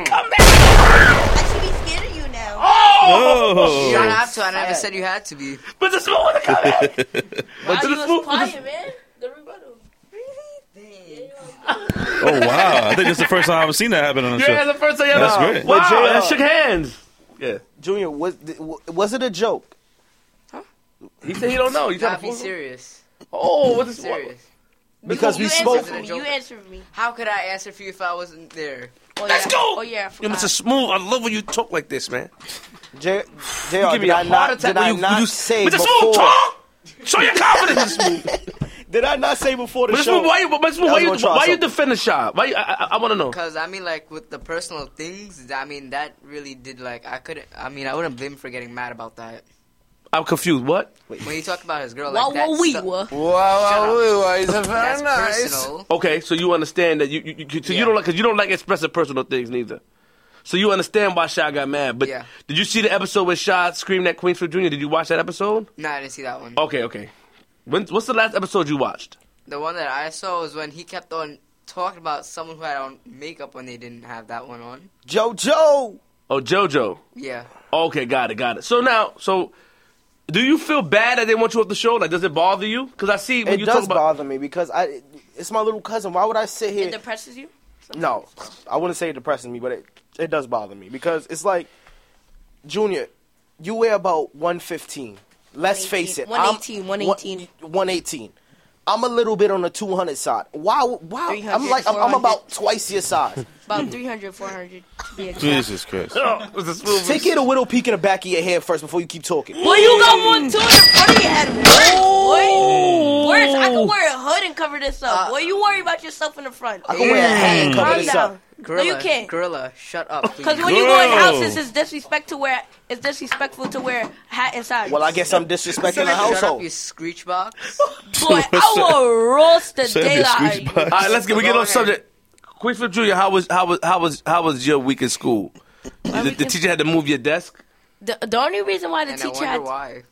[SPEAKER 1] should be scared of you now.
[SPEAKER 2] You
[SPEAKER 3] [laughs] Oh,
[SPEAKER 2] don't have to. I never said you had to be.
[SPEAKER 5] But this moment, I got it.
[SPEAKER 4] [laughs]
[SPEAKER 1] Why
[SPEAKER 5] to
[SPEAKER 1] you
[SPEAKER 5] the
[SPEAKER 1] was
[SPEAKER 5] food-
[SPEAKER 1] quiet, man? The rebuttal.
[SPEAKER 3] oh wow! I think this is the first time I've seen that happen on the
[SPEAKER 5] yeah,
[SPEAKER 3] show.
[SPEAKER 5] the first time.
[SPEAKER 3] That's
[SPEAKER 5] ever.
[SPEAKER 3] great.
[SPEAKER 5] Wow,
[SPEAKER 4] But JR
[SPEAKER 5] that shook hands. Yeah,
[SPEAKER 4] Junior, was th- w- was it a joke?
[SPEAKER 5] he said he don't know. He's
[SPEAKER 2] Not
[SPEAKER 5] trying
[SPEAKER 2] be
[SPEAKER 5] to fool.
[SPEAKER 2] serious.
[SPEAKER 5] Oh, what is what?
[SPEAKER 2] Serious.
[SPEAKER 4] Because
[SPEAKER 1] you
[SPEAKER 4] we
[SPEAKER 1] answered
[SPEAKER 4] spoke.
[SPEAKER 1] for me. You answered me.
[SPEAKER 2] How could I answer for you if I wasn't there?
[SPEAKER 1] Oh,
[SPEAKER 5] Let's
[SPEAKER 1] yeah.
[SPEAKER 5] go!
[SPEAKER 1] Oh yeah. I
[SPEAKER 5] Yo,
[SPEAKER 1] forgot.
[SPEAKER 5] Mr. Smooth, I love when you talk like this, man.
[SPEAKER 4] J- JR,
[SPEAKER 5] give me
[SPEAKER 4] did
[SPEAKER 5] a
[SPEAKER 4] I
[SPEAKER 5] heart
[SPEAKER 4] not,
[SPEAKER 5] attack
[SPEAKER 4] did
[SPEAKER 5] when
[SPEAKER 4] I
[SPEAKER 5] you-
[SPEAKER 4] not
[SPEAKER 5] when you-
[SPEAKER 4] say
[SPEAKER 5] Mr.
[SPEAKER 4] before?
[SPEAKER 5] Smooth, talk. Show your confidence, Mr. Smooth.
[SPEAKER 4] Did I not say before the
[SPEAKER 5] Mr.
[SPEAKER 4] show?
[SPEAKER 5] Smooth, why you, Mr. Smooth,
[SPEAKER 4] I
[SPEAKER 5] why
[SPEAKER 4] was
[SPEAKER 5] you,
[SPEAKER 4] gonna try
[SPEAKER 5] why you
[SPEAKER 4] something.
[SPEAKER 5] defend the shot? Why? You, I, I, I want to know.
[SPEAKER 2] Cause I mean, like with the personal things, I mean that really did like I couldn't. I mean, I wouldn't blame him for getting mad about that.
[SPEAKER 5] I'm confused. What?
[SPEAKER 2] When you talk about his girl, like
[SPEAKER 1] Wah
[SPEAKER 2] that,
[SPEAKER 1] wah wee
[SPEAKER 2] stuff-
[SPEAKER 1] wah.
[SPEAKER 2] Shut up.
[SPEAKER 6] he's a
[SPEAKER 2] that's
[SPEAKER 6] very nice.
[SPEAKER 2] personal.
[SPEAKER 5] Okay, so you understand that you you, you, so you
[SPEAKER 2] Yeah.
[SPEAKER 5] don't like cause you don't like expressing personal things neither. So you understand why Shy got mad. But
[SPEAKER 2] Yeah.
[SPEAKER 5] did you see the episode where Shy screamed at Queensfield Jr.? Did you watch that episode?
[SPEAKER 2] No, I didn't see that one.
[SPEAKER 5] Okay, okay. When, what's the last episode you watched?
[SPEAKER 2] The one that I saw was when he kept on talking about someone who had on makeup when they didn't have that one on.
[SPEAKER 4] JoJo.
[SPEAKER 5] Oh, JoJo.
[SPEAKER 2] Yeah.
[SPEAKER 5] Okay, got it, got it. So now, so do you feel bad that they want you off the show? Like, does it bother you? Because I see when
[SPEAKER 4] It
[SPEAKER 5] you
[SPEAKER 4] does
[SPEAKER 5] talk about
[SPEAKER 4] bother me because I it's my little cousin. Why would I sit
[SPEAKER 1] It
[SPEAKER 4] here?
[SPEAKER 1] depresses you.
[SPEAKER 4] no, I wouldn't say it depresses me, but it it does bother me because it's like, Junior, you weigh about one fifteen. Let's face it,
[SPEAKER 1] 118,
[SPEAKER 4] I'm-
[SPEAKER 1] 118.
[SPEAKER 4] one eighteen. I'm a little bit on the two hundred side. Why? Why?
[SPEAKER 1] 300,
[SPEAKER 4] I'm like I'm, I'm
[SPEAKER 1] 400.
[SPEAKER 4] about twice your [laughs] size.
[SPEAKER 1] About 300, 400 to be exact.
[SPEAKER 3] Jesus Christ!
[SPEAKER 5] [laughs] Oh, was this movie?
[SPEAKER 4] Take it a little peek in the back of your head first before you keep talking.
[SPEAKER 1] Well, you got one too in the front of your head.
[SPEAKER 4] Oh!
[SPEAKER 1] What? Worse, I could wear a hood and cover this up. Boy, you worry about yourself in the front.
[SPEAKER 4] Uh, I can wear a hat and cover
[SPEAKER 1] Calm
[SPEAKER 4] this up.
[SPEAKER 1] down.
[SPEAKER 2] Gorilla,
[SPEAKER 1] no, you can't.
[SPEAKER 2] Gorilla, shut up, please.
[SPEAKER 1] Because when you go in
[SPEAKER 3] Girl.
[SPEAKER 1] houses, it's disrespect to wear. It's disrespectful to wear a hat inside.
[SPEAKER 4] Well, I guess I'm disrespecting the
[SPEAKER 2] shut up,
[SPEAKER 4] household.
[SPEAKER 2] you screech box.
[SPEAKER 4] [laughs]
[SPEAKER 1] Boy, I will roast the
[SPEAKER 3] Send me a
[SPEAKER 1] daylight out of
[SPEAKER 3] screech
[SPEAKER 1] you.
[SPEAKER 3] box.
[SPEAKER 5] All right, let's get we get
[SPEAKER 2] Go
[SPEAKER 5] off
[SPEAKER 2] ahead.
[SPEAKER 5] subject. Queensfield Junior, how was how was how was how was your week in school? The, the
[SPEAKER 1] weekend-
[SPEAKER 5] teacher had to move your desk.
[SPEAKER 1] The, the only reason why the
[SPEAKER 2] and I
[SPEAKER 1] teacher
[SPEAKER 2] wonder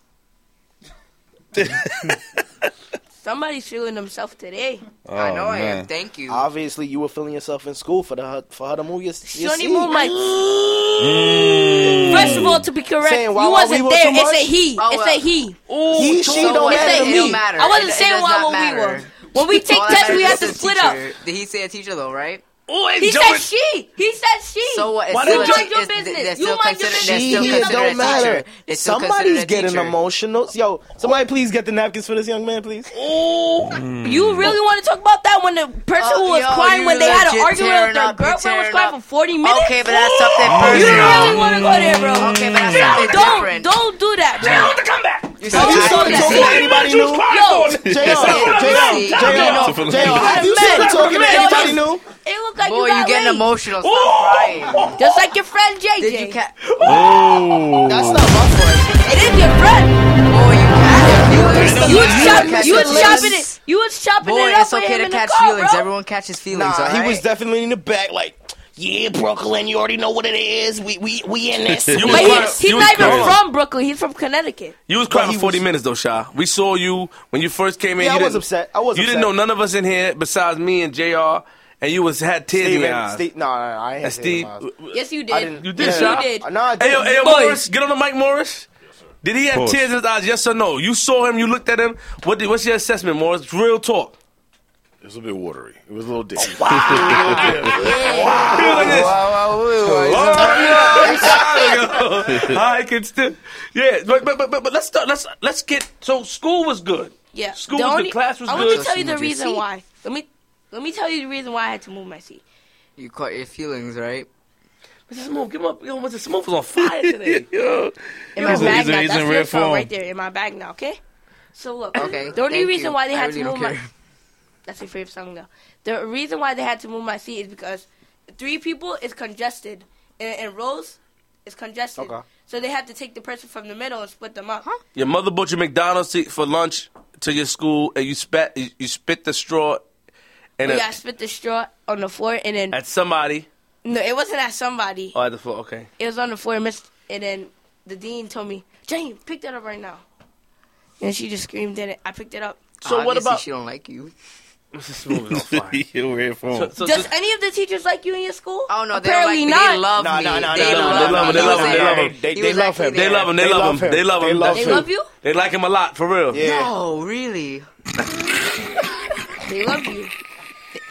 [SPEAKER 1] had
[SPEAKER 2] why.
[SPEAKER 1] somebody's feeling himself today.
[SPEAKER 2] I know
[SPEAKER 3] Oh,
[SPEAKER 2] I am.
[SPEAKER 3] man.
[SPEAKER 2] Thank you.
[SPEAKER 4] Obviously, you were feeling yourself in school for the for her to move your, your
[SPEAKER 1] She only
[SPEAKER 4] seat.
[SPEAKER 1] moved
[SPEAKER 3] Mm.
[SPEAKER 1] my. First of all, to be correct,
[SPEAKER 4] Saying,
[SPEAKER 1] you
[SPEAKER 4] why- why we
[SPEAKER 1] wasn't
[SPEAKER 4] were
[SPEAKER 1] there.
[SPEAKER 4] too
[SPEAKER 1] It's
[SPEAKER 4] much?
[SPEAKER 1] a he.
[SPEAKER 2] Oh,
[SPEAKER 1] it's
[SPEAKER 2] well.
[SPEAKER 1] a he.
[SPEAKER 4] He, she
[SPEAKER 2] So
[SPEAKER 4] don't
[SPEAKER 2] what?
[SPEAKER 4] matter
[SPEAKER 1] It
[SPEAKER 4] to
[SPEAKER 2] don't
[SPEAKER 4] me.
[SPEAKER 2] matter.
[SPEAKER 1] I wasn't
[SPEAKER 2] It- it
[SPEAKER 1] saying
[SPEAKER 2] does
[SPEAKER 1] why
[SPEAKER 2] not
[SPEAKER 1] when we
[SPEAKER 2] matter.
[SPEAKER 1] were. When we take
[SPEAKER 2] [laughs] All that
[SPEAKER 1] tests, we have
[SPEAKER 2] matters
[SPEAKER 1] to
[SPEAKER 2] is the
[SPEAKER 1] split
[SPEAKER 2] teacher.
[SPEAKER 1] up.
[SPEAKER 2] Did he say a teacher though, right?
[SPEAKER 5] Oh, and
[SPEAKER 1] He
[SPEAKER 5] Joe-
[SPEAKER 1] said she. He said she.
[SPEAKER 2] So what?
[SPEAKER 5] Why
[SPEAKER 2] so it's-
[SPEAKER 5] did you-
[SPEAKER 1] Mind your
[SPEAKER 2] it's-
[SPEAKER 1] business.
[SPEAKER 2] they're
[SPEAKER 1] You
[SPEAKER 2] still
[SPEAKER 1] mind your
[SPEAKER 2] considered-
[SPEAKER 1] business.
[SPEAKER 2] they're
[SPEAKER 4] She
[SPEAKER 1] She
[SPEAKER 2] still
[SPEAKER 4] it
[SPEAKER 1] is
[SPEAKER 2] considered
[SPEAKER 4] don't
[SPEAKER 2] a
[SPEAKER 4] matter.
[SPEAKER 2] teacher. They're still considered
[SPEAKER 4] Somebody's
[SPEAKER 2] a
[SPEAKER 4] getting
[SPEAKER 2] teacher.
[SPEAKER 4] emotional. Yo, somebody please get the napkins for this young man,
[SPEAKER 2] [laughs]
[SPEAKER 4] please.
[SPEAKER 1] You
[SPEAKER 3] Mm.
[SPEAKER 1] really want to talk about that when the person
[SPEAKER 2] Oh,
[SPEAKER 1] who was
[SPEAKER 2] yo,
[SPEAKER 1] crying
[SPEAKER 2] you
[SPEAKER 1] when they had an
[SPEAKER 2] legit
[SPEAKER 1] argument with
[SPEAKER 2] tearing
[SPEAKER 1] their
[SPEAKER 2] up, you
[SPEAKER 1] girlfriend was
[SPEAKER 2] tearing
[SPEAKER 1] crying
[SPEAKER 2] up.
[SPEAKER 1] for 40 minutes?
[SPEAKER 2] Okay, but that's something
[SPEAKER 1] You
[SPEAKER 2] personal.
[SPEAKER 1] really want to go there, bro.
[SPEAKER 2] Okay, but that's
[SPEAKER 1] No,
[SPEAKER 2] something
[SPEAKER 1] don't,
[SPEAKER 2] different.
[SPEAKER 1] Don't do that, bro.
[SPEAKER 5] Come back.
[SPEAKER 2] You
[SPEAKER 1] Don't, don't
[SPEAKER 2] said I
[SPEAKER 4] ever
[SPEAKER 1] that.
[SPEAKER 4] talked
[SPEAKER 1] See,
[SPEAKER 4] to anybody
[SPEAKER 5] you was
[SPEAKER 4] new?
[SPEAKER 5] crying for
[SPEAKER 2] See,
[SPEAKER 4] JR, JR,
[SPEAKER 5] it.
[SPEAKER 4] JR,
[SPEAKER 3] see,
[SPEAKER 4] JR, have you
[SPEAKER 1] Man,
[SPEAKER 4] started talking to
[SPEAKER 1] man,
[SPEAKER 4] anybody
[SPEAKER 1] yo,
[SPEAKER 4] new?
[SPEAKER 1] It looked like
[SPEAKER 2] Boy,
[SPEAKER 1] you
[SPEAKER 2] you
[SPEAKER 1] got
[SPEAKER 2] getting
[SPEAKER 1] laid.
[SPEAKER 2] emotional. Stop crying.
[SPEAKER 1] Just like your friend JJ.
[SPEAKER 2] Did you catch?
[SPEAKER 3] Oh.
[SPEAKER 4] That's not my friend.
[SPEAKER 1] it is your friend.
[SPEAKER 2] Boy,
[SPEAKER 1] You
[SPEAKER 2] you catch feelings.
[SPEAKER 1] was chopping,
[SPEAKER 2] catch
[SPEAKER 1] you was
[SPEAKER 2] feelings.
[SPEAKER 1] chopping it. You was chopping
[SPEAKER 2] Boy,
[SPEAKER 1] it up
[SPEAKER 2] it's
[SPEAKER 1] with
[SPEAKER 2] okay
[SPEAKER 1] him
[SPEAKER 2] to
[SPEAKER 1] in the
[SPEAKER 2] catch
[SPEAKER 1] car,
[SPEAKER 2] feelings.
[SPEAKER 1] bro.
[SPEAKER 2] Everyone catches feelings.
[SPEAKER 4] Nah, he was
[SPEAKER 2] alright?
[SPEAKER 4] definitely in the back, like, yeah, Brooklyn, you already know what it is. We we we
[SPEAKER 5] [laughs]
[SPEAKER 4] in this.
[SPEAKER 5] You
[SPEAKER 1] But
[SPEAKER 5] was
[SPEAKER 1] he,
[SPEAKER 5] crying-
[SPEAKER 1] he's
[SPEAKER 5] you was
[SPEAKER 1] not even
[SPEAKER 5] crying.
[SPEAKER 1] from Brooklyn. He's from Connecticut.
[SPEAKER 5] You was crying
[SPEAKER 4] But he
[SPEAKER 5] for 40
[SPEAKER 4] was-
[SPEAKER 5] minutes though, Sha. We saw you when you first came in.
[SPEAKER 4] Yeah,
[SPEAKER 5] you
[SPEAKER 4] I was
[SPEAKER 5] didn't-
[SPEAKER 4] upset. I was
[SPEAKER 5] You didn't know
[SPEAKER 4] upset.
[SPEAKER 5] none of us in here besides me and Jr. And you was had tears in your
[SPEAKER 4] Steven,
[SPEAKER 5] eyes.
[SPEAKER 4] Steve, no, no, no, I ain't
[SPEAKER 5] And Steve,
[SPEAKER 4] Steven.
[SPEAKER 1] Yes, you
[SPEAKER 4] I
[SPEAKER 1] did.
[SPEAKER 4] didn't-
[SPEAKER 5] you did,
[SPEAKER 1] yes,
[SPEAKER 5] Sha.
[SPEAKER 1] you did.
[SPEAKER 4] No, I
[SPEAKER 5] Hey, yo,
[SPEAKER 4] didn't.
[SPEAKER 5] hey, yo,
[SPEAKER 1] Boy.
[SPEAKER 5] Morris, get on the mic, Morris. Did he have
[SPEAKER 3] Pause.
[SPEAKER 5] tears in his eyes? Yes or no? You saw him. You looked at him. What? Did, what's your assessment, Morris? Real
[SPEAKER 3] [laughs]
[SPEAKER 5] talk.
[SPEAKER 6] It was a bit watery. It was a little dick.
[SPEAKER 5] He was like this.
[SPEAKER 2] Wow, wow, wait, wait, wait.
[SPEAKER 5] Oh, yeah. I can still. Yeah, but but but but but let's start. Let's let's get. So school was good.
[SPEAKER 1] Yeah.
[SPEAKER 5] School
[SPEAKER 1] The
[SPEAKER 5] was
[SPEAKER 1] only-
[SPEAKER 5] good. Class was
[SPEAKER 1] I
[SPEAKER 5] good.
[SPEAKER 1] want to tell you
[SPEAKER 2] Just
[SPEAKER 1] the
[SPEAKER 2] move your
[SPEAKER 1] reason
[SPEAKER 2] seat.
[SPEAKER 1] why. Let me let me tell you the reason why I had to move my seat.
[SPEAKER 2] You caught your feelings, right?
[SPEAKER 5] Mr. Smooth, give him up. Yo, Mr. Smooth was
[SPEAKER 3] [laughs]
[SPEAKER 5] on fire today.
[SPEAKER 3] Yo.
[SPEAKER 1] In my
[SPEAKER 3] He's in-
[SPEAKER 1] bag
[SPEAKER 3] he's in-
[SPEAKER 1] now.
[SPEAKER 3] he's
[SPEAKER 1] That's
[SPEAKER 3] in
[SPEAKER 1] your
[SPEAKER 3] red
[SPEAKER 1] phone
[SPEAKER 3] form.
[SPEAKER 1] right there in my bag now. Okay. So [laughs] look.
[SPEAKER 2] Okay,
[SPEAKER 1] The only
[SPEAKER 2] thank
[SPEAKER 1] reason
[SPEAKER 2] you.
[SPEAKER 1] why they
[SPEAKER 2] I
[SPEAKER 1] had
[SPEAKER 2] really
[SPEAKER 1] to
[SPEAKER 2] don't
[SPEAKER 1] move my
[SPEAKER 2] care.
[SPEAKER 1] that's my favorite song though. The reason why they had to move my seat is because three people is congested and, and rows is congested.
[SPEAKER 4] Okay.
[SPEAKER 1] So they had to take the person from the middle and split them up.
[SPEAKER 5] Your mother bought you McDonald's seat for lunch to your school, and you spat you, you spit the straw, and
[SPEAKER 1] Yeah, I spit the straw on the floor and then
[SPEAKER 5] at somebody.
[SPEAKER 1] no, it wasn't at somebody.
[SPEAKER 5] Oh, at the floor. Okay.
[SPEAKER 1] it was on the floor, and Miss, and then the dean told me, "Jane, pick that up right now." And she just screamed at it. I picked it up.
[SPEAKER 5] So
[SPEAKER 3] Uh,
[SPEAKER 5] what
[SPEAKER 2] Obviously,
[SPEAKER 5] about
[SPEAKER 2] She don't like you.
[SPEAKER 5] Mr. Smooth
[SPEAKER 3] Mm. [laughs]
[SPEAKER 5] was on fire.
[SPEAKER 3] Yo, red
[SPEAKER 5] So,
[SPEAKER 3] phone.
[SPEAKER 5] so,
[SPEAKER 1] Does
[SPEAKER 5] so-
[SPEAKER 1] any of the teachers like you in your school?
[SPEAKER 2] Oh no, they don't like
[SPEAKER 1] apparently
[SPEAKER 2] me.
[SPEAKER 1] not.
[SPEAKER 2] They love
[SPEAKER 4] Nah,
[SPEAKER 2] me.
[SPEAKER 4] nah, nah,
[SPEAKER 2] they
[SPEAKER 4] nah,
[SPEAKER 5] nah,
[SPEAKER 2] love
[SPEAKER 5] nah,
[SPEAKER 2] me.
[SPEAKER 5] they
[SPEAKER 2] He
[SPEAKER 5] love
[SPEAKER 2] was
[SPEAKER 5] him, they
[SPEAKER 2] like-
[SPEAKER 5] love him.
[SPEAKER 4] They-
[SPEAKER 2] he
[SPEAKER 4] they
[SPEAKER 2] was
[SPEAKER 4] love
[SPEAKER 2] like
[SPEAKER 4] him.
[SPEAKER 2] me
[SPEAKER 5] they
[SPEAKER 2] there.
[SPEAKER 5] love him. They,
[SPEAKER 4] They
[SPEAKER 5] love
[SPEAKER 4] love
[SPEAKER 5] him.
[SPEAKER 4] him.
[SPEAKER 5] They love
[SPEAKER 4] They
[SPEAKER 5] him.
[SPEAKER 4] love
[SPEAKER 5] They,
[SPEAKER 1] they
[SPEAKER 4] him.
[SPEAKER 1] love you.
[SPEAKER 5] they like him a lot for real.
[SPEAKER 4] Yeah.
[SPEAKER 2] No, really.
[SPEAKER 1] They love you.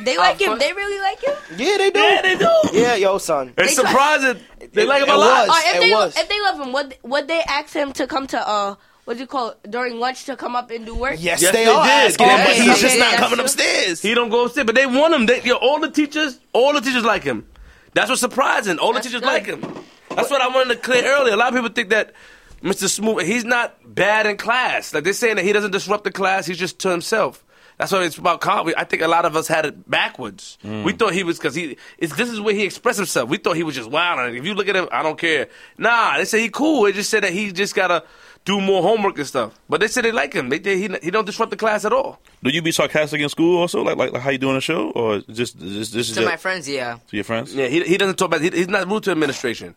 [SPEAKER 1] They like him. They really like him.
[SPEAKER 4] Yeah, they
[SPEAKER 5] Yeah,
[SPEAKER 4] do.
[SPEAKER 5] they do.
[SPEAKER 4] Yeah, yo, son.
[SPEAKER 5] It's
[SPEAKER 1] They try-
[SPEAKER 5] surprising. They like him a
[SPEAKER 4] It
[SPEAKER 1] Alright,
[SPEAKER 4] was.
[SPEAKER 5] lot.
[SPEAKER 1] Oh, if
[SPEAKER 4] it
[SPEAKER 1] they
[SPEAKER 4] was.
[SPEAKER 1] if they love him, would would they ask him to come to uh what do you call it, during lunch to come up and do work?
[SPEAKER 4] Yes,
[SPEAKER 5] Yes,
[SPEAKER 4] they
[SPEAKER 5] they
[SPEAKER 4] are
[SPEAKER 5] did.
[SPEAKER 4] asking him,
[SPEAKER 5] Yeah,
[SPEAKER 4] but
[SPEAKER 1] they
[SPEAKER 4] he's
[SPEAKER 1] did.
[SPEAKER 4] just not
[SPEAKER 1] That's
[SPEAKER 4] coming
[SPEAKER 1] true.
[SPEAKER 4] upstairs.
[SPEAKER 5] He don't go upstairs, but they want him. They, yo, all the teachers, all the teachers like him. That's what's surprising. All the
[SPEAKER 1] That's
[SPEAKER 5] teachers
[SPEAKER 1] good.
[SPEAKER 5] like him. That's what I wanted to clear earlier. A lot of people think that Mr. Smooth, he's not bad in class. Like they're saying that he doesn't disrupt the class. He's just to himself. That's why it's about comedy. I think a lot of us had it backwards. We thought he was because he. It's, this is where he expressed himself. We thought he was just wild. And if you look at him, I don't care. Nah, they say he cool. They just said that he just gotta do more homework and stuff. But they said they like him. They, they he, he don't disrupt the class at all.
[SPEAKER 3] Do you be sarcastic in school also? Like, like, like how you doing the show, or just this? This is
[SPEAKER 2] To
[SPEAKER 3] your,
[SPEAKER 2] my friends, yeah.
[SPEAKER 3] to your friends. Mm.
[SPEAKER 5] Yeah, he, he doesn't talk about. He, he's not rude to administration.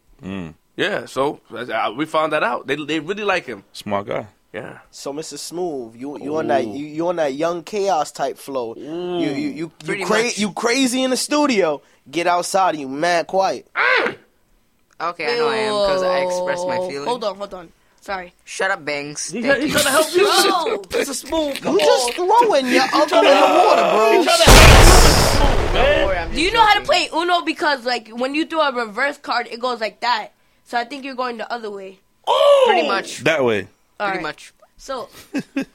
[SPEAKER 5] Yeah, so uh, we found that out. They they really like him.
[SPEAKER 3] Smart guy.
[SPEAKER 5] Yeah,
[SPEAKER 4] So, Mr. Smooth, you you on that you, you on that young chaos type flow. You you you
[SPEAKER 2] Pretty
[SPEAKER 4] you, cra-
[SPEAKER 2] much.
[SPEAKER 4] you crazy in the studio. Get outside, and you mad quiet.
[SPEAKER 2] Okay, I know I am because I expressed my
[SPEAKER 1] Whoa.
[SPEAKER 2] feelings.
[SPEAKER 1] Hold on, hold on. Sorry.
[SPEAKER 2] Shut up, Banks.
[SPEAKER 5] [laughs] he's
[SPEAKER 2] Thank you.
[SPEAKER 5] trying to help you. [laughs]
[SPEAKER 1] Bro.
[SPEAKER 5] It's a smooth.
[SPEAKER 4] You just throwing your uncle in the water, bro.
[SPEAKER 2] Don't worry, I'm
[SPEAKER 1] Do you
[SPEAKER 2] just
[SPEAKER 1] know how to
[SPEAKER 2] joking.
[SPEAKER 1] play Uno? Because like when you throw a reverse card, it goes like that. So I think you're going the other way.
[SPEAKER 2] Pretty much.
[SPEAKER 3] That way.
[SPEAKER 1] All
[SPEAKER 2] Pretty
[SPEAKER 1] right.
[SPEAKER 2] much.
[SPEAKER 1] So,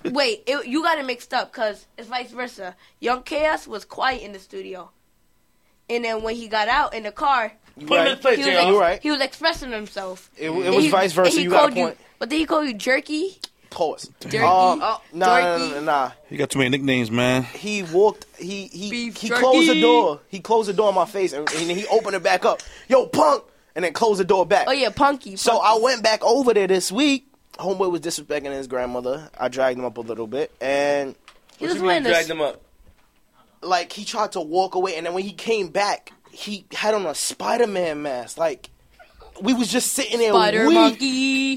[SPEAKER 1] wait, it, you got it mixed up because it's vice versa. Young Chaos was quiet in the studio, and then when he got out in the car,
[SPEAKER 4] You
[SPEAKER 5] Put him in
[SPEAKER 4] right.
[SPEAKER 5] his place,
[SPEAKER 1] he was,
[SPEAKER 5] JR.
[SPEAKER 4] You right.
[SPEAKER 1] he was expressing himself.
[SPEAKER 4] It, it
[SPEAKER 1] And
[SPEAKER 4] was
[SPEAKER 1] he-
[SPEAKER 4] vice
[SPEAKER 1] and
[SPEAKER 4] versa.
[SPEAKER 1] he
[SPEAKER 4] You got a
[SPEAKER 1] called
[SPEAKER 4] point.
[SPEAKER 1] But then he called you jerky.
[SPEAKER 4] Pause.
[SPEAKER 1] Jerky.
[SPEAKER 4] Um,
[SPEAKER 1] Oh,
[SPEAKER 4] nah, nah,
[SPEAKER 1] jerky.
[SPEAKER 4] nah, nah, nah.
[SPEAKER 3] You got too many nicknames, man.
[SPEAKER 4] He walked. He he
[SPEAKER 1] Beef
[SPEAKER 4] he
[SPEAKER 1] jerky.
[SPEAKER 4] closed the door. He closed the door in my face, and, and he opened it back up. Yo, punk, and then closed the door back.
[SPEAKER 1] Oh yeah, Punky.
[SPEAKER 4] So
[SPEAKER 1] Punky.
[SPEAKER 4] I went back over there this week. Homeboy was disrespecting his grandmother. I dragged him up a little bit, and
[SPEAKER 1] he was wearing
[SPEAKER 5] dragged
[SPEAKER 1] this.
[SPEAKER 5] him up.
[SPEAKER 4] like he tried to walk away, and then when he came back, he had on a Spider Man mask. Like we was just sitting there,
[SPEAKER 1] Spider
[SPEAKER 4] weak.
[SPEAKER 1] monkey.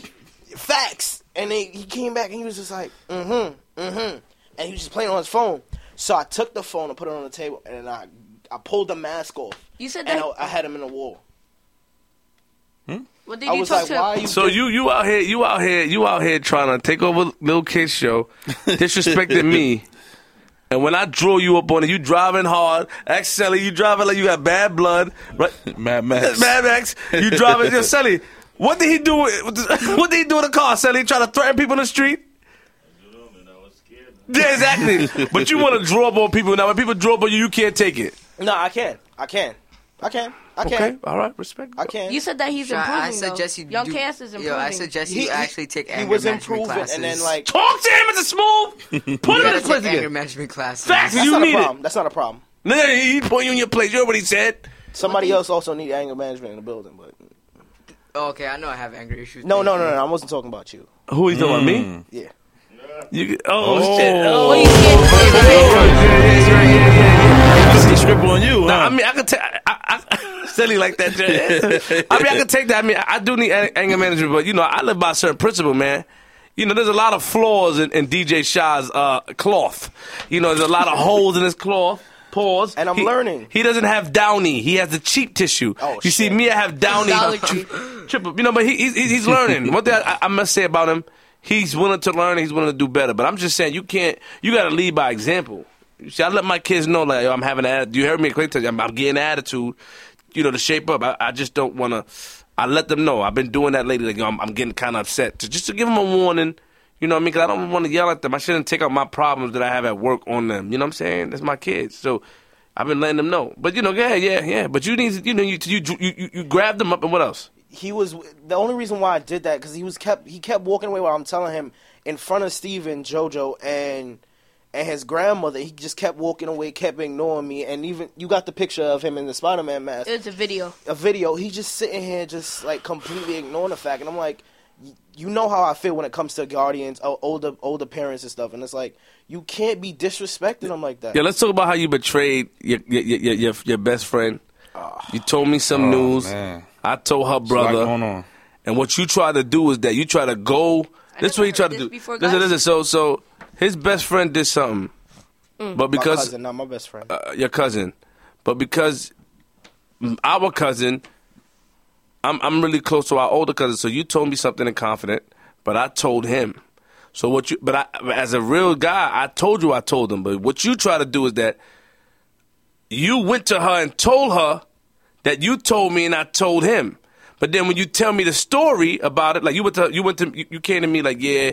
[SPEAKER 4] facts. And then he came back and he was just like, mm-hmm, mm-hmm. And he was just playing on his phone. So I took the phone and put it on the table and then I I pulled the mask off.
[SPEAKER 1] You said
[SPEAKER 4] And
[SPEAKER 1] that.
[SPEAKER 4] I, I had him in the wall.
[SPEAKER 1] What did
[SPEAKER 4] I
[SPEAKER 1] you
[SPEAKER 4] was
[SPEAKER 1] talk
[SPEAKER 4] like,
[SPEAKER 1] to?
[SPEAKER 4] why are you
[SPEAKER 5] So you you out here you out here you out here trying to take over Lil Kid's [laughs] show, disrespected me. And when I draw you up on it, you driving hard. Actually, you driving like you got bad blood. Right?
[SPEAKER 3] Mad Max.
[SPEAKER 5] Mad Max, you driving. Yo, Sally, what did he do? with- [laughs] What did he do in the car, Sally? Trying to threaten people in the street? Yeah, exactly. but you want to draw up on people now. When people draw up on you, you can't take it.
[SPEAKER 4] No, I can. I can. I can. I can't.
[SPEAKER 5] Okay, all right, respect.
[SPEAKER 4] I can't.
[SPEAKER 1] You said that he's
[SPEAKER 2] Sean,
[SPEAKER 1] improving.
[SPEAKER 2] I suggest
[SPEAKER 1] though.
[SPEAKER 2] you.
[SPEAKER 1] Young
[SPEAKER 2] do,
[SPEAKER 1] Cass is improving.
[SPEAKER 2] Yo, I suggest you
[SPEAKER 4] He- he-
[SPEAKER 2] actually take
[SPEAKER 4] He
[SPEAKER 2] anger
[SPEAKER 4] was
[SPEAKER 2] management
[SPEAKER 4] improving,
[SPEAKER 2] classes.
[SPEAKER 4] and then like
[SPEAKER 5] Talk to him at the smooth. Put him
[SPEAKER 2] You
[SPEAKER 5] in
[SPEAKER 2] gotta
[SPEAKER 5] his place
[SPEAKER 2] take anger
[SPEAKER 5] [laughs] again.
[SPEAKER 2] management classes.
[SPEAKER 5] Facts.
[SPEAKER 4] that's
[SPEAKER 5] You
[SPEAKER 4] not
[SPEAKER 5] need
[SPEAKER 4] a
[SPEAKER 5] it.
[SPEAKER 4] problem. That's not a problem.
[SPEAKER 5] No, no, he put you in your place. You already said.
[SPEAKER 4] Somebody else also need anger management in the building, but
[SPEAKER 2] Okay, I know I have anger issues.
[SPEAKER 4] no,
[SPEAKER 2] Thank
[SPEAKER 4] no,
[SPEAKER 2] you.
[SPEAKER 4] no, no. I wasn't talking about you.
[SPEAKER 5] Who he talking about? Me?
[SPEAKER 4] Yeah.
[SPEAKER 5] You, Mm. oh, shit. Oh.
[SPEAKER 1] Well, you can't-
[SPEAKER 3] That's script on you,
[SPEAKER 5] Nah,
[SPEAKER 3] huh?
[SPEAKER 5] I mean, I could take. I, I, [laughs] silly like that.
[SPEAKER 4] [laughs]
[SPEAKER 5] Jay. I mean, I could take that. I mean, I I do need an- anger management, but you know, I live by a certain principle, man. You know, there's a lot of flaws in, in DJ Shah's uh, cloth. You know, there's a lot of holes in his cloth. Pause.
[SPEAKER 4] And I'm
[SPEAKER 5] He-
[SPEAKER 4] learning.
[SPEAKER 5] He doesn't have downy. He has the cheap tissue.
[SPEAKER 4] Oh,
[SPEAKER 5] you see,
[SPEAKER 4] shit.
[SPEAKER 5] me, I have downy. [laughs]
[SPEAKER 1] Dollar Tree.
[SPEAKER 5] Triple, you know, but he, he's, he's he's learning. One thing I, I must say about him, he's willing to learn. He's willing to do better. But I'm just saying, you can't. You got to lead by example. You see, I let my kids know, like, yo, I'm having an attitude. You heard me, quick I'm, I'm getting an attitude. You know, to shape up. I, I just don't want to. I let them know. I've been doing that lately. Like, yo, I'm, I'm getting kind of upset. To, just to give them a warning. You know what I mean? Because I don't want to yell at them. I shouldn't take out my problems that I have at work on them. You know what I'm saying? That's my kids. So I've been letting them know. But you know, yeah, yeah, yeah. But you need, you know, you you you, you, you grab them up and what else?
[SPEAKER 4] he was the only reason why I did that because he was kept he kept walking away while I'm telling him in front of Steven, JoJo and and his grandmother. He just kept walking away, kept ignoring me, and even you got the picture of him in the Spider Man mask, [laughs]
[SPEAKER 1] It was a video.
[SPEAKER 4] a video. He just sitting here, just like completely ignoring the fact, and I'm like. y- You know how I feel when it comes to guardians, o- older older parents and stuff, and it's like you can't be disrespecting them like that.
[SPEAKER 5] Yeah, let's talk about how you betrayed your your your, your, your best friend. you told me some news.
[SPEAKER 3] Oh, man.
[SPEAKER 5] I told her
[SPEAKER 3] What's
[SPEAKER 5] brother.
[SPEAKER 3] going on?
[SPEAKER 5] And what you try to do is that you try to go. this is
[SPEAKER 1] never
[SPEAKER 5] what you try
[SPEAKER 1] heard
[SPEAKER 5] to
[SPEAKER 1] this
[SPEAKER 5] do.
[SPEAKER 1] before,
[SPEAKER 5] listen,
[SPEAKER 1] guys.
[SPEAKER 5] listen. So so his best friend did something,
[SPEAKER 1] Mm.
[SPEAKER 4] my
[SPEAKER 5] but because
[SPEAKER 4] cousin, not my best friend.
[SPEAKER 5] uh, your cousin, but because our cousin, I'm I'm really close to our older cousin. So you told me something in confident, but I told him. So what you? But I, as a real guy, I told you I told him. But what you try to do is that you went to her and told her that you told me and I told him. But then when you tell me the story about it, like you went to you went to you, you came to me like, yeah,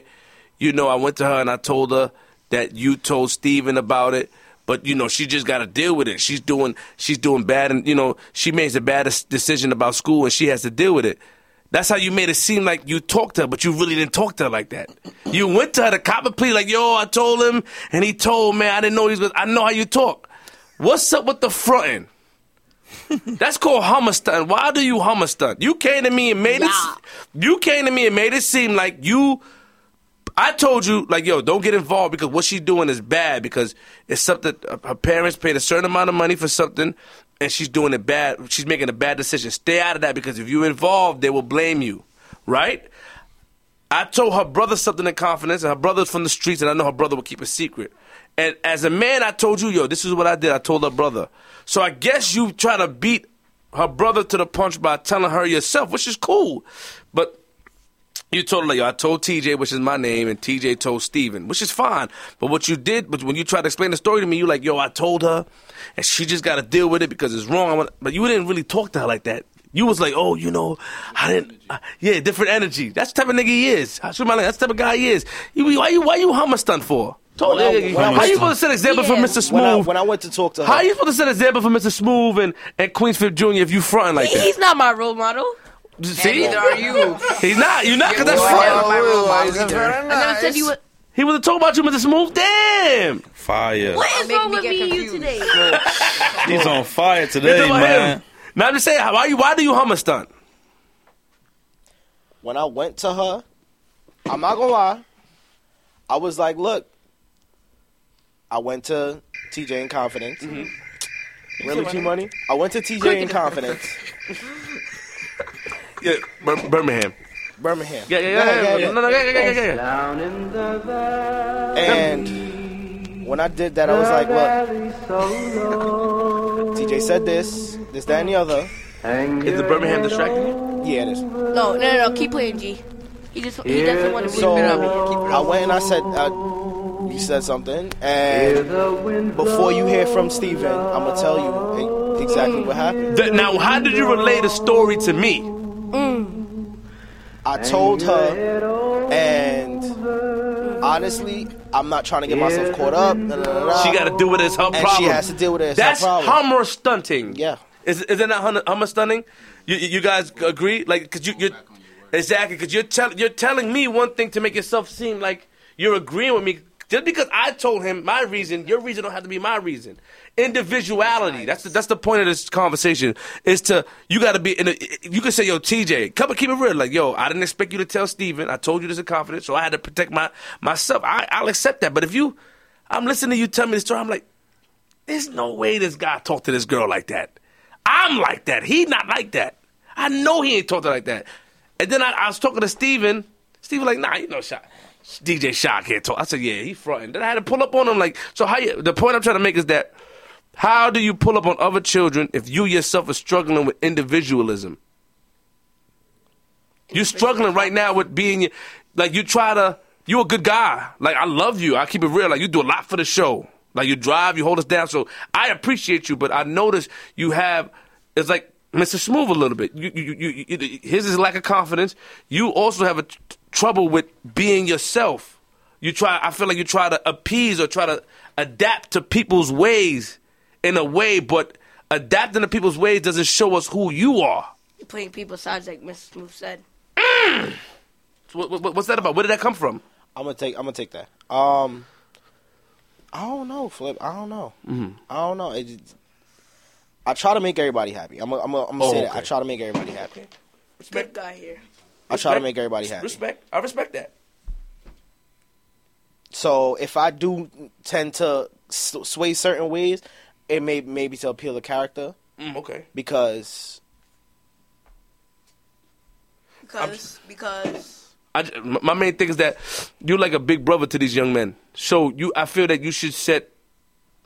[SPEAKER 5] you know, I went to her and I told her that you told Steven about it. But you know, she just got to deal with it. She's doing she's doing bad, and you know, she makes a bad des- decision about school, and she has to deal with it. That's how you made it seem like you talked to her, but you really didn't talk to her like that. You went to her to cop a plea, like, yo, I told him, and he told, man, I didn't know these, was. I know how you talk. What's up with the fronting? That's called hummer stunt. Why do you hummer stunt? You came to me and made
[SPEAKER 1] Yeah.
[SPEAKER 5] it. You came to me and made it seem like you. I told you like, yo, don't get involved because what she's doing is bad because it's something uh, her parents paid a certain amount of money for something, and she's doing it bad. She's making a bad decision. Stay out of that because if you're involved, they will blame you, right? I told her brother something in confidence, and her brother's from the streets, and I know her brother would keep it secret. And as a man, I told you, yo, this is what I did. I told her brother. So I guess you try to beat her brother to the punch by telling her yourself, which is cool. But you told her, like, yo, I told TJ, which is my name, and TJ told Steven, which is fine. But what you did, but when you tried to explain the story to me, you like, yo, I told her, and she just got to deal with it because it's wrong. I want, but you didn't really talk to her like that. You was like, oh, you know, I didn't. I- yeah, different energy. That's the type of nigga he is. I shoot my leg. That's the type of guy he is. You, why you why you hummer stunt for? Told
[SPEAKER 4] When I-
[SPEAKER 5] nigga,
[SPEAKER 4] when I-
[SPEAKER 5] how you supposed to set an example for
[SPEAKER 1] Yeah.
[SPEAKER 5] Mr. Smooth?
[SPEAKER 4] when I when I went to talk to her,
[SPEAKER 5] how you supposed to set an example for Mr. Smooth and, and Queensfield Jr. if you fronting like that?
[SPEAKER 1] He's not my role model.
[SPEAKER 2] And
[SPEAKER 5] See,
[SPEAKER 2] neither are you.
[SPEAKER 5] he's not. You're not because that's
[SPEAKER 2] Well, I
[SPEAKER 5] fronting.
[SPEAKER 2] never my role model either.
[SPEAKER 1] I never said you. would-
[SPEAKER 5] He was talking about you, Mr. Smooth. Damn.
[SPEAKER 3] Fire.
[SPEAKER 1] What is
[SPEAKER 2] Make
[SPEAKER 1] wrong
[SPEAKER 2] me
[SPEAKER 1] with
[SPEAKER 2] get
[SPEAKER 1] me and you
[SPEAKER 2] confused.
[SPEAKER 1] today?
[SPEAKER 3] He's on fire
[SPEAKER 5] It's
[SPEAKER 3] today,
[SPEAKER 5] about
[SPEAKER 3] man.
[SPEAKER 5] him. Now I'm just saying, why you why do you hum a stunt?
[SPEAKER 4] when I went to her, I'm not gonna lie, I was like, look, I went to TJ in confidence.
[SPEAKER 5] Mm-hmm.
[SPEAKER 4] Really, T Money? I went to TJ in confidence,
[SPEAKER 5] Yeah, Bir- Birmingham.
[SPEAKER 4] Birmingham.
[SPEAKER 5] Yeah, yeah, yeah, yeah. No, no, yeah, yeah, yeah, yeah, yeah.
[SPEAKER 4] And when I did that, I was like, look, TJ said this, this, that, and the other.
[SPEAKER 5] Is the Birmingham distracting you?
[SPEAKER 4] Yeah, it is.
[SPEAKER 1] No, no, no, no. Keep playing, G. He just he doesn't want to be
[SPEAKER 4] So
[SPEAKER 1] so, me.
[SPEAKER 4] I went and I said, uh, you said something, and before you hear from Steven, I'm gonna tell you eh, exactly what happened.
[SPEAKER 5] Th- Now, how did you relay the story to me?
[SPEAKER 4] I told her, and honestly, I'm not trying to get myself caught up. da, da, da, da.
[SPEAKER 5] She got to do with it. It's her
[SPEAKER 4] and
[SPEAKER 5] problem.
[SPEAKER 4] she has to deal with it. It's her
[SPEAKER 5] That's
[SPEAKER 4] problem.
[SPEAKER 5] hummer stunting.
[SPEAKER 4] Yeah.
[SPEAKER 5] Is is that not hum- hummus stunning? You you you guys agree? Like, cause you you exactly because you're telling you're telling me one thing to make yourself seem like you're agreeing with me. Just because I told him my reason, your reason don't have to be my reason. Individuality. That's the, that's the point of this conversation. Is to you got to be in. A, you can say, "Yo, TJ, come and keep it real." Like, "Yo, I didn't expect you to tell Steven. I told you this in confidence, so I had to protect my myself." I, I'll accept that. But if you, I'm listening to you tell me the story. I'm like, there's no way this guy talked to this girl like that. I'm like that. He not like that. I know he ain't talking like that. And then I, I was talking to Steven. Steven like, nah, you know, shot. DJ Shock can't talk. I said, yeah, he fronting. Then I had to pull up on him. Like, so how? You, the point I'm trying to make is that how do you pull up on other children if you yourself are struggling with individualism? You're struggling right now with being like you try to. You a good guy. Like I love you. I keep it real. Like you do a lot for the show. Like you drive, you hold us down. So I appreciate you, but I notice you have. It's like Mr. Smooth a little bit. You, you, you, you, you- his is lack of confidence. You also have a t- trouble with being yourself. You try. I feel like you try to appease or try to adapt to people's ways in a way, but adapting to people's ways doesn't show us who you are.
[SPEAKER 1] You're putting people's sides like Mr. Smooth said.
[SPEAKER 5] So what, what, what's that about? Where did that come from?
[SPEAKER 4] I'm gonna take. I'm gonna take that. Um, I don't know, Flip. I don't know. I don't know. It, just- I try to make everybody happy. I'm. gonna- I'm. gonna- I'm gonna
[SPEAKER 5] Oh,
[SPEAKER 4] say that.
[SPEAKER 5] okay.
[SPEAKER 4] I try to make everybody happy.
[SPEAKER 1] Good guy here.
[SPEAKER 4] I try to make everybody happy.
[SPEAKER 5] Respect. I respect that.
[SPEAKER 4] So if I do tend to s- sway certain ways, it may maybe to appeal to character
[SPEAKER 5] Mm, okay.
[SPEAKER 4] because
[SPEAKER 1] Because because
[SPEAKER 5] I, j- m- my main thing is that you're like a big brother to these young men. So you, I feel that you should set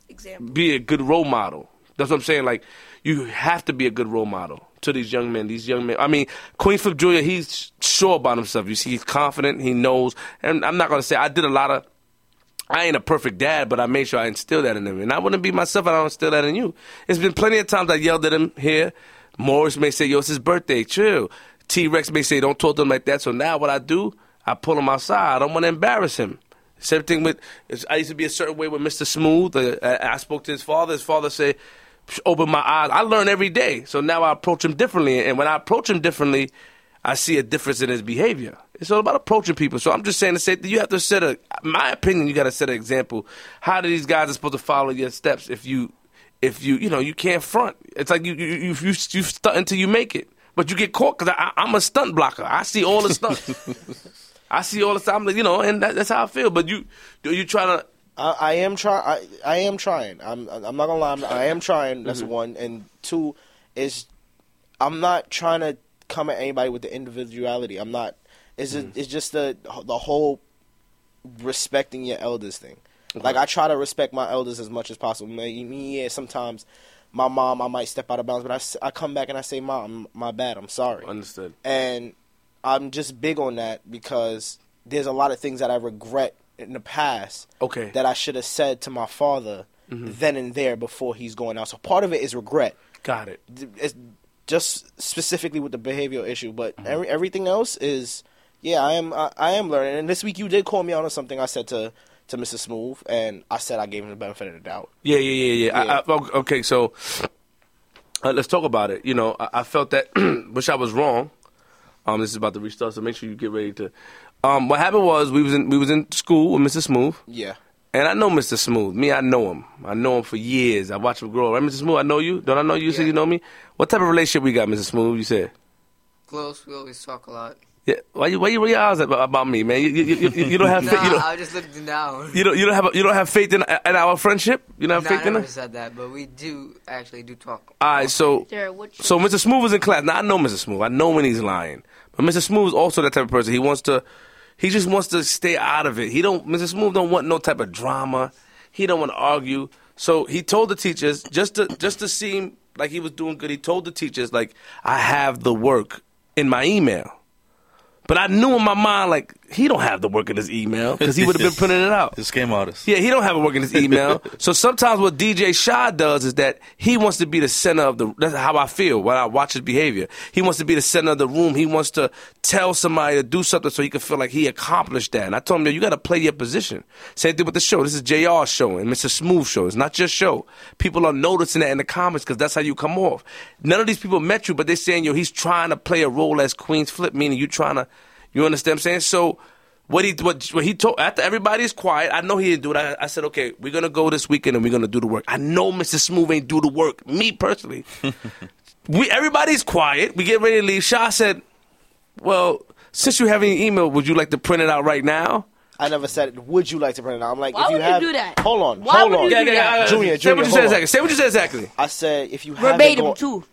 [SPEAKER 1] example.
[SPEAKER 5] be a good role model. That's what I'm saying. Like you have to be a good role model to these young men. These young men. I mean, Queen Flip Julia. He's sure about himself. You see, he's confident. He knows. And I'm not gonna say I did a lot of. I ain't a perfect dad, but I made sure I instilled that in him. And I wouldn't be myself if I don't instill that in you. It's been plenty of times I yelled at him here. Morris may say, yo, it's his birthday, chill. T Rex may say, don't talk to him like that. So now what I do, I pull him outside. I don't want to embarrass him. Same thing with, it's- I used to be a certain way with Mr. Smooth. Uh, I, I spoke to his father. His father said, "Psh, open my eyes. I learn every day. So now I approach him differently. And when I approach him differently, I see a difference in his behavior. It's all about approaching people. So I'm just saying to say that you have to set a, my opinion, you got to set an example. How do these guys are supposed to follow your steps if you, if you, you know, you can't front. It's like you, you, you, you, you stunt until you make it. But you get caught because I'm a stunt blocker. I see all the stunts. I see all the time, like, you know, and that, that's how I feel. But you, you trying to,
[SPEAKER 4] I, I am trying. I, I am trying. I'm. I'm not gonna lie. I'm, I am trying. That's one. And two is, I'm not trying to come at anybody with the individuality. I'm not. It's ju- it's just the the whole respecting your elders thing. Like I try to respect my elders as much as possible. Man, you- me, yeah, sometimes my mom, I might step out of bounds, but I s- I, come back and I say, "Mom, my bad. I'm sorry."
[SPEAKER 5] understood.
[SPEAKER 4] and I'm just big on that because there's a lot of things that I regret in the past.
[SPEAKER 5] Okay.
[SPEAKER 4] That I should have said to my father then and there before he's going out. So part of it is regret.
[SPEAKER 5] Got it.
[SPEAKER 4] D- It's just specifically with the behavioral issue, but every, everything else is yeah. I am I, I am learning. And this week you did call me out on something I said to to Mr. Smooth, and I said I gave him the benefit of the doubt.
[SPEAKER 5] Yeah, yeah, yeah, yeah.
[SPEAKER 4] Yeah.
[SPEAKER 5] I, I, okay, so uh, let's talk about it. You know, I, I felt that, [clears throat] wish I was wrong. Um, this is about to restart, so make sure you get ready to. Um, what happened was we was in we was in school with Mr. Smooth.
[SPEAKER 4] Yeah.
[SPEAKER 5] And I know Mr. Smooth. Me, I know him. I know him for years. I watch him grow. Right, Mr. Smooth? I know you. Don't I know you? You said you know me. What type of relationship we got, Mr. Smooth? You said.
[SPEAKER 2] Close. We always talk a lot.
[SPEAKER 5] Yeah. Why you why you roll your eyes about, about me, man? You, you, you, you- you
[SPEAKER 2] [laughs]
[SPEAKER 5] don't have
[SPEAKER 2] Nah,
[SPEAKER 5] faith. You don't,
[SPEAKER 2] I just looked down.
[SPEAKER 5] you don't you don't have you don't have faith in, in our friendship. You don't have
[SPEAKER 2] Nah,
[SPEAKER 5] faith
[SPEAKER 2] I
[SPEAKER 5] in
[SPEAKER 2] never
[SPEAKER 5] us.
[SPEAKER 2] said that, but we do actually do talk.
[SPEAKER 5] All right. So
[SPEAKER 1] There, what you
[SPEAKER 5] So Mr. Smooth is in class. Now I know Mr. Smooth. I know when he's lying. But Mr. Smooth is also that type of person. He wants to he just wants to stay out of it. He don't Mr. Smooth don't want no type of drama. He don't want to argue. So he told the teachers just to just to seem like he was doing good, he told the teachers like I have the work in my email. But I knew in my mind, like, he don't have the work in his email because he would have been printing it out.
[SPEAKER 3] The scam
[SPEAKER 5] [laughs]
[SPEAKER 3] artist.
[SPEAKER 5] Oh. Yeah, he don't have a work in his email. so sometimes what DJ Shaw does is that he wants to be the center of the. That's how I feel when I watch his behavior. He wants to be the center of the room. He wants to tell somebody to do something so he can feel like he accomplished that. And I told him, yo, you got to play your position. Same thing with the show. This is JR's show and Mr. Smooth show. It's not your show. People are noticing that in the comments because that's how you come off. None of these people met you, but they're saying, yo, he's trying to play a role as Queen's Flip, meaning you trying to. You understand what I'm saying? So what he what, what he told after everybody's quiet, I know he didn't do it. I, I said, okay, we're gonna go this weekend and we're gonna do the work. I know Mr. Smooth ain't do the work. Me personally, we everybody's quiet. We get ready to leave. Shaw said, well, since you have an email, would you like to print it out right now?
[SPEAKER 4] I never said, "Would you like to print it out?" I'm like,
[SPEAKER 1] Why
[SPEAKER 4] if you
[SPEAKER 1] would you
[SPEAKER 4] have,
[SPEAKER 1] do that?
[SPEAKER 4] Hold on,
[SPEAKER 1] Why
[SPEAKER 4] hold
[SPEAKER 1] would you
[SPEAKER 4] on.
[SPEAKER 1] do that?
[SPEAKER 4] Junior,
[SPEAKER 5] Say
[SPEAKER 4] Junior,
[SPEAKER 5] what you said
[SPEAKER 4] hold on.
[SPEAKER 5] exactly. Say what you said exactly.
[SPEAKER 4] I said, if you have it
[SPEAKER 1] Verbatim
[SPEAKER 4] go-
[SPEAKER 1] too.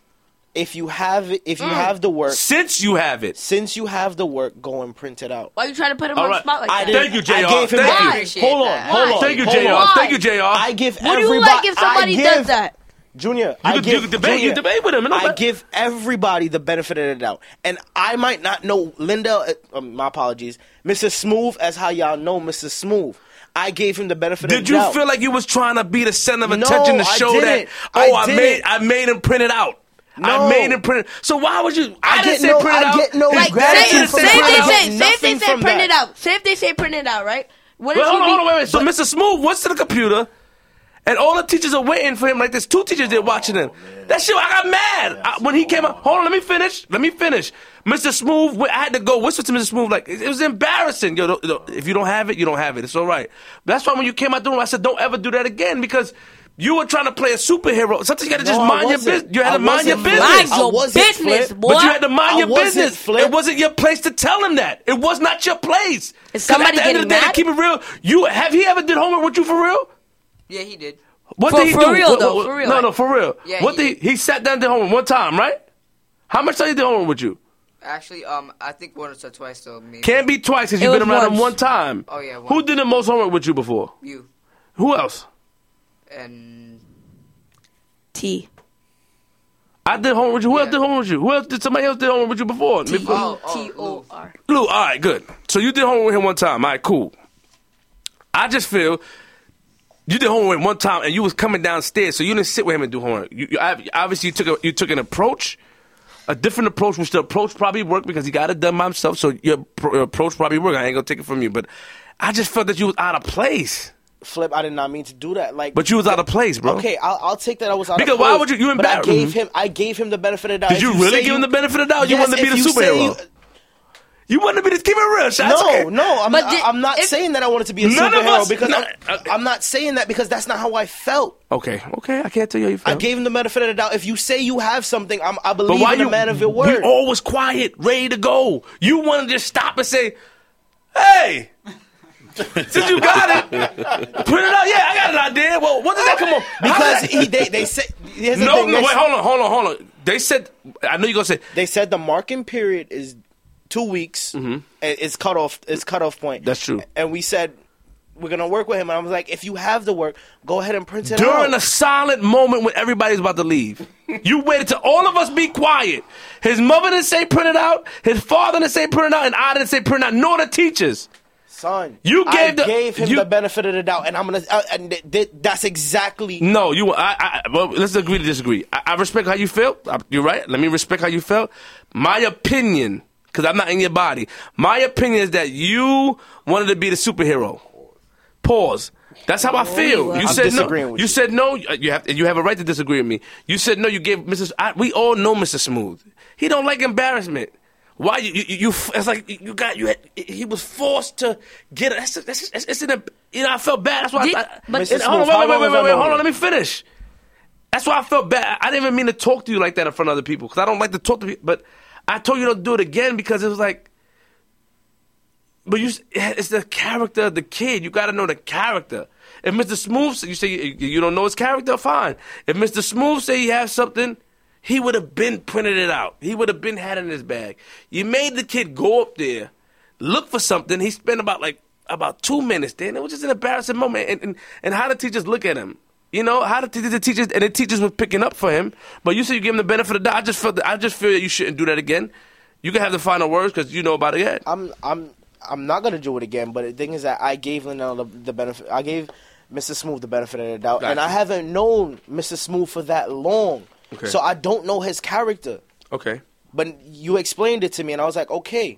[SPEAKER 4] if you have it, if you
[SPEAKER 5] Mm.
[SPEAKER 4] have the work,
[SPEAKER 5] Since you have it,
[SPEAKER 4] since you have the work, go and print it out.
[SPEAKER 1] Why you trying to put him on
[SPEAKER 5] right.
[SPEAKER 1] the spot like
[SPEAKER 4] I
[SPEAKER 1] that?
[SPEAKER 4] did.
[SPEAKER 5] Thank you,
[SPEAKER 4] I
[SPEAKER 5] JR.
[SPEAKER 4] gave him
[SPEAKER 5] Thank
[SPEAKER 4] back.
[SPEAKER 5] you.
[SPEAKER 2] Appreciate
[SPEAKER 4] Hold on,
[SPEAKER 2] that.
[SPEAKER 4] hold on.
[SPEAKER 5] thank you, Jr.
[SPEAKER 4] hold on.
[SPEAKER 1] Why?
[SPEAKER 5] Thank you, Jr.
[SPEAKER 4] I give
[SPEAKER 1] What do
[SPEAKER 4] everybody.
[SPEAKER 1] you like if somebody
[SPEAKER 4] I give,
[SPEAKER 1] does that?
[SPEAKER 4] Junior,
[SPEAKER 5] you
[SPEAKER 4] I
[SPEAKER 5] could,
[SPEAKER 4] give,
[SPEAKER 5] you could debate.
[SPEAKER 4] Junior,
[SPEAKER 5] You debate with him. It don't
[SPEAKER 4] I
[SPEAKER 5] matter.
[SPEAKER 4] give everybody the benefit of the doubt, and I might not know Linda. uh, Um, my apologies, Mrs. Smooth, as how y'all know Mrs. Smooth. I gave him the benefit of
[SPEAKER 5] Did
[SPEAKER 4] the
[SPEAKER 5] you
[SPEAKER 4] doubt.
[SPEAKER 5] feel like you was trying to be the center of
[SPEAKER 4] No,
[SPEAKER 5] attention to
[SPEAKER 4] I
[SPEAKER 5] show that?
[SPEAKER 4] didn't.
[SPEAKER 5] Oh,
[SPEAKER 4] I
[SPEAKER 5] I,
[SPEAKER 4] didn't.
[SPEAKER 5] made I made him print it out. I
[SPEAKER 4] No.
[SPEAKER 5] made him print it. So why would you? I,
[SPEAKER 4] I
[SPEAKER 5] didn't
[SPEAKER 4] get
[SPEAKER 5] say
[SPEAKER 4] no-
[SPEAKER 5] print it
[SPEAKER 4] I
[SPEAKER 5] out.
[SPEAKER 4] get no
[SPEAKER 5] His
[SPEAKER 4] gratitude
[SPEAKER 1] Say,
[SPEAKER 5] didn't
[SPEAKER 1] say if
[SPEAKER 4] from print
[SPEAKER 1] they
[SPEAKER 4] it
[SPEAKER 1] say,
[SPEAKER 4] out.
[SPEAKER 1] say if they
[SPEAKER 4] Nothing
[SPEAKER 1] say
[SPEAKER 4] from
[SPEAKER 1] print
[SPEAKER 4] that.
[SPEAKER 1] it out. Say if they say print it out, right? What
[SPEAKER 5] Wait,
[SPEAKER 1] if
[SPEAKER 5] hold on,
[SPEAKER 1] he
[SPEAKER 5] hold
[SPEAKER 1] be-
[SPEAKER 5] on, wait, wait. So Mr. Smooth what's to the computer, and all the teachers are waiting for him. Like there's two teachers there watching him. That shit, I got mad I- when he came out. Hold on, let me finish. Let me finish. Mr. Smooth, wh- I had to go whisper to Mr. Smooth like it it was embarrassing. Yo, th- th- if you don't have it, you don't have it. It's all right. That's why when you came out the room, I said don't ever do that again because. You were trying to play a superhero. Sometimes you gotta just
[SPEAKER 4] No, I
[SPEAKER 5] mind your
[SPEAKER 4] wasn't.
[SPEAKER 5] business. You had
[SPEAKER 4] I
[SPEAKER 5] to mind your
[SPEAKER 4] wasn't.
[SPEAKER 5] business.
[SPEAKER 1] Mind
[SPEAKER 4] I
[SPEAKER 1] your
[SPEAKER 4] wasn't
[SPEAKER 1] business,
[SPEAKER 4] flip,
[SPEAKER 1] boy.
[SPEAKER 5] But you had to mind
[SPEAKER 4] I
[SPEAKER 5] your
[SPEAKER 4] wasn't
[SPEAKER 5] business.
[SPEAKER 4] flip.
[SPEAKER 5] It wasn't your place to tell him that. It was not your place.
[SPEAKER 1] Is
[SPEAKER 5] 'Cause at
[SPEAKER 1] somebody
[SPEAKER 5] the end of the day,
[SPEAKER 1] getting
[SPEAKER 5] to
[SPEAKER 1] mad?
[SPEAKER 5] keep it real. You have he ever did homework with you for real?
[SPEAKER 2] Yeah, he did.
[SPEAKER 5] What
[SPEAKER 1] For-
[SPEAKER 5] did he
[SPEAKER 1] for
[SPEAKER 5] do?
[SPEAKER 1] real,
[SPEAKER 5] What-
[SPEAKER 1] though,
[SPEAKER 5] what-
[SPEAKER 1] for real.
[SPEAKER 5] No, no, for real.
[SPEAKER 2] Yeah,
[SPEAKER 5] what
[SPEAKER 2] he
[SPEAKER 5] did he, he sat down and did homework one time, right? How much time he did homework with you?
[SPEAKER 2] Actually, um, I think once or twice though. Maybe.
[SPEAKER 5] Can't be twice because
[SPEAKER 1] It
[SPEAKER 5] you've been
[SPEAKER 1] was
[SPEAKER 5] around him
[SPEAKER 1] once.
[SPEAKER 5] one time.
[SPEAKER 2] Oh, yeah, once.
[SPEAKER 5] Who did the most homework with you before?
[SPEAKER 2] you
[SPEAKER 5] Who else?
[SPEAKER 2] and
[SPEAKER 1] T.
[SPEAKER 5] I did homework with you. Who else
[SPEAKER 2] Yeah.
[SPEAKER 5] did homework with you? Who else did somebody else did homework with you before?
[SPEAKER 1] T
[SPEAKER 5] before?
[SPEAKER 1] O
[SPEAKER 2] Oh,
[SPEAKER 1] T O
[SPEAKER 2] oh,
[SPEAKER 1] R.
[SPEAKER 5] Lou, all right, good. So you did homework with him one time. All right, cool. I just feel you did homework with him one time, and you was coming downstairs, so you didn't sit with him and do homework. You, you ob- obviously you took a, you took an approach, a different approach, which the approach probably worked because he got it done by himself. So your, pro- your approach probably worked. I ain't gonna take it from you, but I just felt that you was out of place.
[SPEAKER 4] Flip, I did not mean to do that. Like,
[SPEAKER 5] But you was out of place, bro.
[SPEAKER 4] Okay, I'll, I'll take that. I was out
[SPEAKER 5] Because
[SPEAKER 4] of
[SPEAKER 5] why
[SPEAKER 4] place,
[SPEAKER 5] would you- you
[SPEAKER 4] but I
[SPEAKER 5] embarrass-
[SPEAKER 4] gave
[SPEAKER 5] Mhm.
[SPEAKER 4] him. I gave him the benefit of the doubt.
[SPEAKER 5] Did
[SPEAKER 4] uh, If
[SPEAKER 5] you really
[SPEAKER 4] say
[SPEAKER 5] give him the benefit of the doubt? You
[SPEAKER 4] Yes,
[SPEAKER 5] wanted to be
[SPEAKER 4] if
[SPEAKER 5] the
[SPEAKER 4] you say
[SPEAKER 5] superhero.
[SPEAKER 4] you-
[SPEAKER 5] You wanted to be the keep it real. Shots
[SPEAKER 4] no, no, I'm,
[SPEAKER 1] But
[SPEAKER 4] not-
[SPEAKER 1] did-
[SPEAKER 4] I'm not
[SPEAKER 1] if-
[SPEAKER 4] saying that I wanted to be a
[SPEAKER 5] None
[SPEAKER 4] superhero
[SPEAKER 5] of us-
[SPEAKER 4] because
[SPEAKER 5] no,
[SPEAKER 4] I'm,
[SPEAKER 5] uh,
[SPEAKER 4] I'm not saying that because that's not how I felt.
[SPEAKER 5] Okay, okay. I can't tell you how you feel.
[SPEAKER 4] I gave him the benefit of the doubt. If you say you have something, I'm, I
[SPEAKER 5] But
[SPEAKER 4] believe
[SPEAKER 5] why
[SPEAKER 4] in
[SPEAKER 5] you
[SPEAKER 4] a man of your
[SPEAKER 5] We
[SPEAKER 4] word.
[SPEAKER 5] all was quiet, ready to go. You want to just stop and say,
[SPEAKER 4] [laughs]
[SPEAKER 5] "Hey, since you got it, print it out." Yeah, I got an idea. Well, what does that come on?
[SPEAKER 4] because
[SPEAKER 5] How does that-
[SPEAKER 4] he, they, they said here's the
[SPEAKER 5] [laughs] no,
[SPEAKER 4] thing, they
[SPEAKER 5] no, wait,
[SPEAKER 4] s-
[SPEAKER 5] hold on, hold on, hold on. They said, "I know you're gonna say."
[SPEAKER 4] They said the marking period is two weeks. and It's cut off. It's cutoff point.
[SPEAKER 5] Mm-hmm. That's true.
[SPEAKER 4] And we said we're gonna work with him. And I was like, if you have the work, go ahead and print it out.
[SPEAKER 5] During a silent moment when everybody's about to leave, you waited till all of us be quiet. His mother didn't say print it out. His father didn't say print it out, and I didn't say print it out. Nor the teachers.
[SPEAKER 4] Son,
[SPEAKER 5] You
[SPEAKER 4] I
[SPEAKER 5] gave the-
[SPEAKER 4] gave him
[SPEAKER 5] you-
[SPEAKER 4] the benefit of the doubt, and I'm gonna. Uh, and th- th- that's exactly.
[SPEAKER 5] No, you. I. I well, let's agree to disagree. I, I respect how you felt. I- You're right. Let me respect how you felt. My opinion, because I'm not in your body. My opinion is that you wanted to be the superhero. Pause. That's how I feel. You
[SPEAKER 4] I'm
[SPEAKER 5] said no.
[SPEAKER 4] disagreeing with
[SPEAKER 5] you
[SPEAKER 4] you.
[SPEAKER 5] said no. uh, You have. You have a right to disagree with me. You said no. You gave Mrs. I, we all know Mr. Smooth. He don't like embarrassment. Why you you, you, you f- it's like you- you got you had, he was forced to get it. That's, that's, that's it's an you know I felt bad. That's why
[SPEAKER 1] Did-
[SPEAKER 5] I, I
[SPEAKER 1] but-
[SPEAKER 5] and
[SPEAKER 1] Mr.
[SPEAKER 5] hold on,
[SPEAKER 4] Smooth,
[SPEAKER 5] wait,
[SPEAKER 4] how
[SPEAKER 5] wait, wait,
[SPEAKER 4] long was
[SPEAKER 5] wait,
[SPEAKER 4] I
[SPEAKER 5] wait,
[SPEAKER 4] known
[SPEAKER 5] hold on.
[SPEAKER 4] you?
[SPEAKER 5] Let me finish. That's why I felt bad. I I didn't even mean to talk to you like that in front of other people because I don't like to talk to people. But I told you to do it again because it was like, but you, s- it's the character of the kid. You got to know the character. If Mr. Smooth, say- you say you- you don't know his character, fine. If Mr. Smooth say he has something, he would have been printed it out. He would have been had it in his bag. You made the kid go up there, look for something. He spent about like about two minutes there, and it was just an embarrassing moment. And and, and how the teachers look at him. You know how the, te- the teachers and the teachers were picking up for him, but you said you give him the benefit of the doubt. I just felt that, I just feel that you shouldn't do that again. You can have the final words because you know about it yet.
[SPEAKER 4] I'm I'm I'm not gonna do it again. But the thing is that I gave Linnell the, the benefit. I gave Mr. Smooth the benefit of the doubt, and I
[SPEAKER 5] Gotcha.
[SPEAKER 4] haven't known Mr. Smooth for that long,
[SPEAKER 5] Okay.
[SPEAKER 4] so I don't know his character.
[SPEAKER 5] Okay.
[SPEAKER 4] But you explained it to me, and I was like, okay.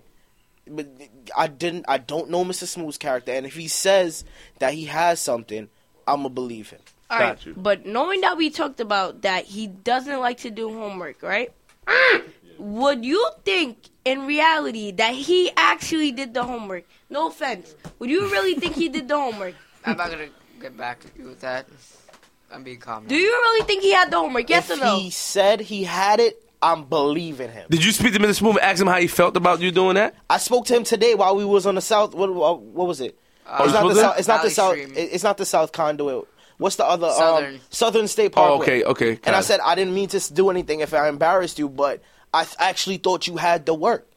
[SPEAKER 4] But I didn't. I don't know Mr. Smooth's character, and if he says that he has something, I'ma believe him.
[SPEAKER 1] All
[SPEAKER 5] Got
[SPEAKER 1] right,
[SPEAKER 5] you.
[SPEAKER 1] but knowing that we talked about that he doesn't like to do homework, right?
[SPEAKER 4] Mm.
[SPEAKER 1] Would you think in reality that he actually did the homework? No offense. Would you really think he did the
[SPEAKER 4] [laughs]
[SPEAKER 1] homework?
[SPEAKER 2] I'm not gonna get back to you with that. I'm being calm.
[SPEAKER 1] Do
[SPEAKER 2] now.
[SPEAKER 1] you really think he had the homework? Yes
[SPEAKER 4] if
[SPEAKER 1] or no?
[SPEAKER 4] he said he had it, I'm believing him.
[SPEAKER 5] Did you speak to Mr. Smooth and ask him how he felt about you doing that?
[SPEAKER 4] I spoke to him today while we was on the south. What what, what was it?
[SPEAKER 2] Oh,
[SPEAKER 4] it's
[SPEAKER 5] you
[SPEAKER 4] not the
[SPEAKER 5] supposed to?
[SPEAKER 4] south. It's not the
[SPEAKER 2] Valley
[SPEAKER 4] south.
[SPEAKER 2] Stream.
[SPEAKER 4] It's not the south conduit. What's the other um,
[SPEAKER 2] Southern.
[SPEAKER 4] Southern State Parkway?
[SPEAKER 5] Oh, okay, okay. got
[SPEAKER 4] And I
[SPEAKER 5] it.
[SPEAKER 4] said I didn't mean to s- do anything if I embarrassed you, but I th- actually thought you had the work.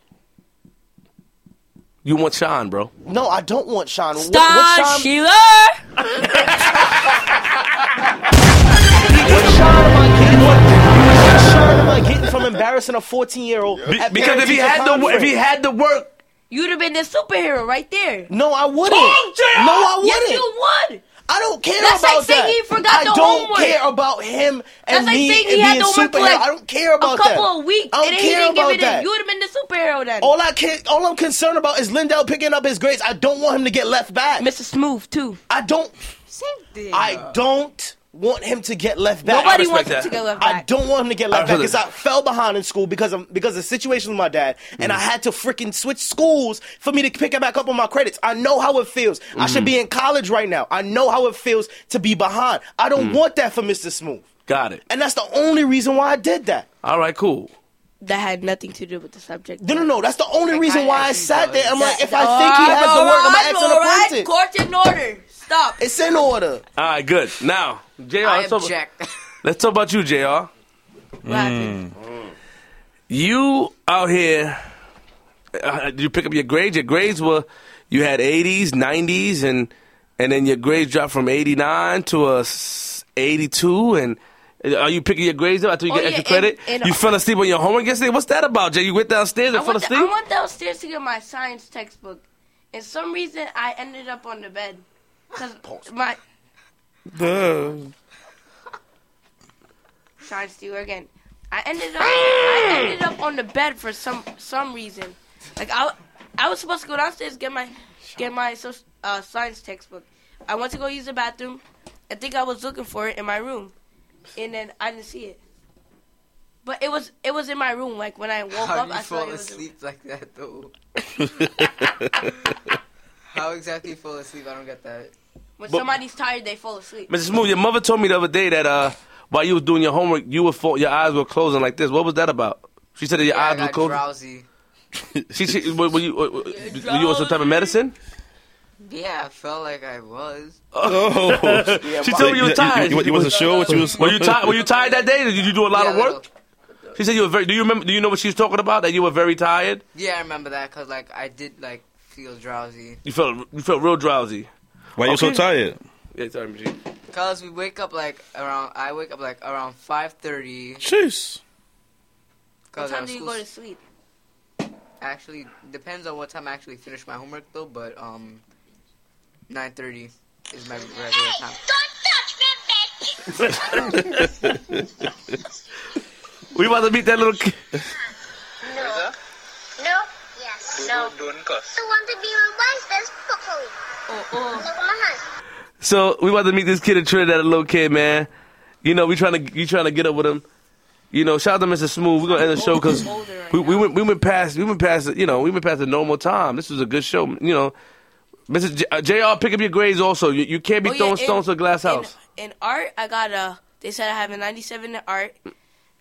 [SPEAKER 5] you want Sean, bro.
[SPEAKER 4] No, I don't want Sean. What-
[SPEAKER 1] Star
[SPEAKER 4] what Sean-
[SPEAKER 1] Sheila.
[SPEAKER 4] What [laughs] shine am I getting? What, what shine am I getting from embarrassing a fourteen-year-old?
[SPEAKER 5] Be- because if he had the wo- if he had the work,
[SPEAKER 1] You'd have been the superhero right there.
[SPEAKER 4] no, I wouldn't. No,
[SPEAKER 5] Oh, Jay!
[SPEAKER 4] I wouldn't.
[SPEAKER 1] Yes, you would.
[SPEAKER 4] I don't care
[SPEAKER 1] That's like
[SPEAKER 4] about
[SPEAKER 1] saying
[SPEAKER 4] that.
[SPEAKER 1] he forgot
[SPEAKER 4] I
[SPEAKER 1] the
[SPEAKER 4] don't
[SPEAKER 1] homework.
[SPEAKER 4] care about him and
[SPEAKER 1] That's like
[SPEAKER 4] me
[SPEAKER 1] saying
[SPEAKER 4] and
[SPEAKER 1] he had
[SPEAKER 4] being
[SPEAKER 1] the homework for
[SPEAKER 4] superhero.
[SPEAKER 1] like
[SPEAKER 4] I don't care
[SPEAKER 1] a
[SPEAKER 4] about
[SPEAKER 1] couple
[SPEAKER 4] that.
[SPEAKER 1] of weeks,
[SPEAKER 4] I don't
[SPEAKER 1] and then he
[SPEAKER 4] care
[SPEAKER 1] didn't give
[SPEAKER 4] about
[SPEAKER 1] it
[SPEAKER 4] that.
[SPEAKER 1] in. You would have been the superhero then.
[SPEAKER 4] all I can, all I'm concerned about is Lindell picking up his grades. I don't want him to get left back.
[SPEAKER 1] Mr. Smooth too.
[SPEAKER 4] I don't,
[SPEAKER 2] Same thing.
[SPEAKER 4] I don't want him to get left back.
[SPEAKER 1] Nobody wants
[SPEAKER 5] respect
[SPEAKER 1] him
[SPEAKER 5] that.
[SPEAKER 1] to get left
[SPEAKER 4] I
[SPEAKER 1] back.
[SPEAKER 4] don't want him to get left
[SPEAKER 5] I
[SPEAKER 4] back
[SPEAKER 5] really-
[SPEAKER 4] because I fell behind in school because of because of the situation with my dad, and
[SPEAKER 5] Mm.
[SPEAKER 4] I had to freaking switch schools for me to pick it back up on my credits. I know how it feels. I should
[SPEAKER 5] Mm.
[SPEAKER 4] be in college right now. I know how it feels to be behind. I
[SPEAKER 5] Mm.
[SPEAKER 4] don't want that for Mr. Smooth,
[SPEAKER 5] got it.
[SPEAKER 4] and that's the only reason why I did that.
[SPEAKER 5] All right, cool.
[SPEAKER 1] That had nothing to do with the subject. Oh,
[SPEAKER 4] No, no, no. That's the only reason
[SPEAKER 2] kinda
[SPEAKER 4] why I
[SPEAKER 2] actually
[SPEAKER 4] sat there. I'm
[SPEAKER 2] does.
[SPEAKER 4] like, if I think he has the work, I'm gonna ask him to print it.
[SPEAKER 1] Court in order. Stop.
[SPEAKER 4] It's in order.
[SPEAKER 5] All right, good. Now, Jr.
[SPEAKER 2] I
[SPEAKER 5] Let's talk,
[SPEAKER 2] object.
[SPEAKER 5] let's talk about you, Jr.
[SPEAKER 1] What
[SPEAKER 4] Mm.
[SPEAKER 1] happened?
[SPEAKER 5] You out here? Uh, you pick up your grades. Your grades were you had 80s, 90s, and and then your grades dropped from 89 to a s- 82. And uh, are you picking your grades up after you
[SPEAKER 1] Oh,
[SPEAKER 5] get
[SPEAKER 1] yeah,
[SPEAKER 5] extra
[SPEAKER 1] and-
[SPEAKER 5] credit?
[SPEAKER 1] and-
[SPEAKER 5] you fell asleep on your homework yesterday. What's that about, Jay? You went downstairs and
[SPEAKER 1] I
[SPEAKER 5] fell
[SPEAKER 1] went,
[SPEAKER 5] asleep.
[SPEAKER 1] I went downstairs to get my science textbook, and some reason I ended up on the bed because my science teacher again. I ended up I
[SPEAKER 2] Ah!
[SPEAKER 1] ended up on the bed for some some reason. Like I I was supposed to go downstairs get my get my soc- uh, science textbook. I went to go use the bathroom. I think I was looking for it in my room, and then I didn't see it. But it was it was in my room. Like when I woke
[SPEAKER 2] [laughs] How
[SPEAKER 1] up,
[SPEAKER 2] do
[SPEAKER 1] Oh, I
[SPEAKER 2] you
[SPEAKER 1] saw it
[SPEAKER 2] fall
[SPEAKER 1] was. in-
[SPEAKER 2] asleep like that though? How exactly you fall asleep? I don't get that.
[SPEAKER 1] When
[SPEAKER 5] But-
[SPEAKER 1] somebody's tired, they fall asleep.
[SPEAKER 5] Mrs. Smooth, your mother told me the other day that uh, while you was doing your homework, you were fall, your eyes were closing like this. What was that about? She said that your
[SPEAKER 2] Yeah, I
[SPEAKER 5] eyes were
[SPEAKER 2] got
[SPEAKER 5] closing.
[SPEAKER 2] drowsy.
[SPEAKER 5] She, she were, were you were, were you on some type of medicine?
[SPEAKER 2] Yeah, I felt like I was.
[SPEAKER 3] Oh,
[SPEAKER 5] She told me you were tired.
[SPEAKER 3] You, you wasn't sure what you was.
[SPEAKER 5] Were you tired? Were you tired that day? Did you do a lot
[SPEAKER 2] Yeah,
[SPEAKER 5] of work? She said you were very. Do you remember? Do you know what she was talking about? That you were very tired.
[SPEAKER 2] Yeah, I remember that because like I did like feel drowsy.
[SPEAKER 5] You felt you felt real drowsy.
[SPEAKER 3] Why you so
[SPEAKER 5] Okay.
[SPEAKER 3] tired?
[SPEAKER 5] Yeah, sorry, Majid.
[SPEAKER 2] Cause we wake up like around. I wake up like around five thirty.
[SPEAKER 3] Jeez.
[SPEAKER 1] What
[SPEAKER 2] Cause
[SPEAKER 1] time
[SPEAKER 2] our
[SPEAKER 1] do you
[SPEAKER 2] school's-
[SPEAKER 1] go to sleep?
[SPEAKER 2] actually depends on what time I actually finish my homework though. But um, nine thirty is my regular time.
[SPEAKER 5] We about to meet that little. Kid.
[SPEAKER 7] No. No? Yes. No. The one to be on Wednesdays, hopefully. Oh, oh. Look at my hand.
[SPEAKER 5] So we about to meet this kid in Trinidad, a little kid, man. You know, we trying to you trying to get up with him. You know, shout out to Mr. Smooth. We're gonna end the
[SPEAKER 3] Oh,
[SPEAKER 5] show because we, we went we went past we went past you know we went past the normal time. This was a good show. You know, Mr. J- uh, Jr. Pick up your grades also. You, you can't be
[SPEAKER 1] Oh, yeah,
[SPEAKER 5] throwing
[SPEAKER 1] in-
[SPEAKER 5] stones to a glass
[SPEAKER 1] in-
[SPEAKER 5] house.
[SPEAKER 1] In, art, I got a. They said I have a 97 in art.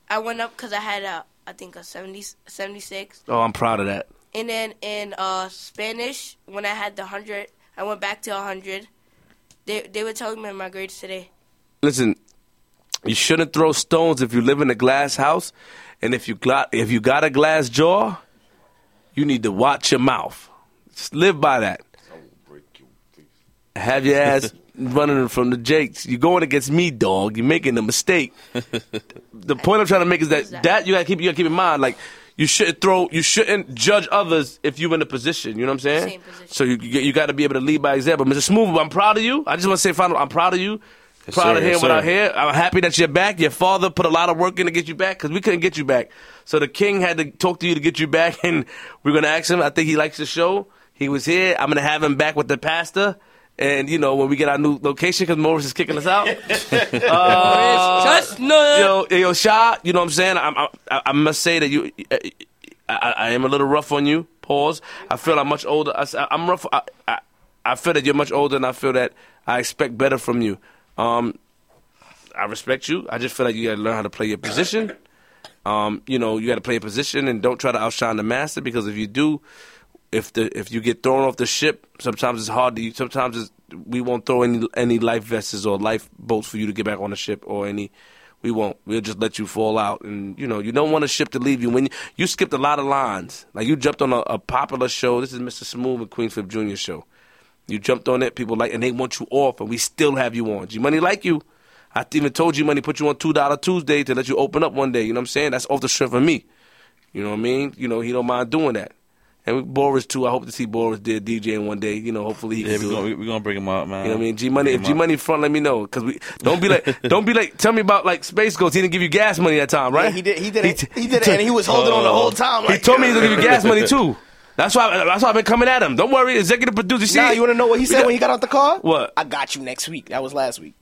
[SPEAKER 1] I went up because I had a, I think a 70, 76.
[SPEAKER 5] Oh, I'm proud of that.
[SPEAKER 1] And then in uh Spanish, when I had the 100, I went back to 100. They they were telling me my grades today.
[SPEAKER 5] Listen, you shouldn't throw stones if you live in a glass house, and if you got if you got a glass jaw, you need to watch your mouth. Just live by that. Have your ass running from the jakes. You're going against me, dog. You're making a mistake. the point I'm trying to make is that
[SPEAKER 1] Exactly.
[SPEAKER 5] that you gotta keep you gotta keep in mind. Like you shouldn't throw you shouldn't judge others if you're in a position. You know what I'm saying?
[SPEAKER 1] Same position.
[SPEAKER 5] So you you, you got to be able to lead by example. Mr. Smooth, I'm proud of you. I just want to say final, I'm proud of you. proud
[SPEAKER 3] sir,
[SPEAKER 5] of hearing
[SPEAKER 3] yes,
[SPEAKER 5] what I
[SPEAKER 3] sir.
[SPEAKER 5] hear. I'm happy that you're back. Your father put a lot of work in to get you back because we couldn't get you back. So the king had to talk to you to get you back, [laughs] and we're gonna ask him. I think he likes the show. He was here. I'm gonna have him back with the pastor. And you know when we get our new location because Morris is kicking us out.
[SPEAKER 1] Just no.
[SPEAKER 5] yo, yo, Sha, you know what I'm saying? I'm, I, I I must say that you, I, I, I am a little rough on you. Pause. I feel I'm much older. I, am rough. I, I, I feel that you're much older, and I feel that I expect better from you. Um, I respect you. I just feel like you got to learn how to play your position. Um, you know, you got to play a position, and don't try to outshine the master because if you do, if the if you get thrown off the ship, sometimes it's hard to. Sometimes it's, we won't throw any any life vests or life boats for you to get back on the ship or any. We won't. We'll just let you fall out, and you know you don't want a ship to leave you. When you, you skipped a lot of lines, like you jumped on a, a popular show. This is Mr. Smooth and Queen Flip Jr. show. You jumped on it. People like, and they want you off, and we still have you on. G Money like you. I even told you Money put you on two dollar Tuesday to let you open up one day. You know what I'm saying? That's off the strength of me. You know what I mean? You know he don't mind doing that. And Boris too. I hope to see Boris there DJing one day. You know, hopefully he
[SPEAKER 3] Yeah,
[SPEAKER 5] can do
[SPEAKER 3] we're
[SPEAKER 5] it.
[SPEAKER 3] gonna, we gonna bring him out, man.
[SPEAKER 5] You know what I mean? G Money, if G Money front, let me know. Cause we don't be like, don't be like. Tell me about like Space Ghost. He didn't give you gas money that time, right?
[SPEAKER 4] Yeah, he did. He did it.
[SPEAKER 5] t- uh,
[SPEAKER 4] He, did it, and he was holding on the whole time.
[SPEAKER 5] He
[SPEAKER 4] Like,
[SPEAKER 5] told me he's gonna give you gas money too. That's why. That's why I've been coming at him. Don't worry, executive producer. See,
[SPEAKER 4] Nah, you want to know what he said when he got out the car?
[SPEAKER 5] What?
[SPEAKER 4] I got you next week. That was last week.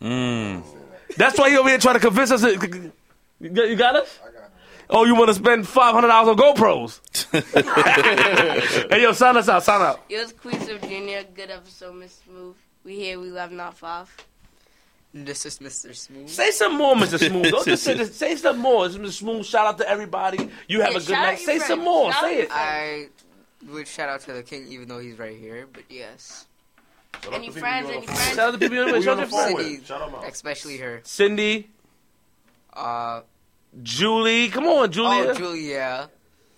[SPEAKER 3] Mm.
[SPEAKER 5] That's why he over here trying to convince us. To, you got- you got us? Oh, you want to spend five hundred dollars on
[SPEAKER 4] [laughs]
[SPEAKER 5] GoPros? hey, yo, sign us out. Sign out.
[SPEAKER 1] It was Queens of Junior. Good episode, Miss Smooth. We here, we love not five.
[SPEAKER 2] This is Mr. Smooth.
[SPEAKER 5] Say some
[SPEAKER 3] [laughs]
[SPEAKER 5] more, Mr. Smooth. Don't just say, this, say some more, Mr. Smooth. Shout out to everybody. You
[SPEAKER 1] Yeah,
[SPEAKER 5] have a good
[SPEAKER 1] shout out
[SPEAKER 5] night.
[SPEAKER 1] your
[SPEAKER 5] Say some
[SPEAKER 1] friends.
[SPEAKER 5] more.
[SPEAKER 1] Shout out
[SPEAKER 5] say
[SPEAKER 1] your
[SPEAKER 5] it.
[SPEAKER 2] I would shout out to the king, even though he's right here. But yes,
[SPEAKER 1] Any friends, any friends?
[SPEAKER 5] Shout out to people you know, shout out your friends.
[SPEAKER 2] Cindy, especially her.
[SPEAKER 5] Cindy,
[SPEAKER 2] Uh,
[SPEAKER 5] Julie. Come on, Julia.
[SPEAKER 2] oh, Julia.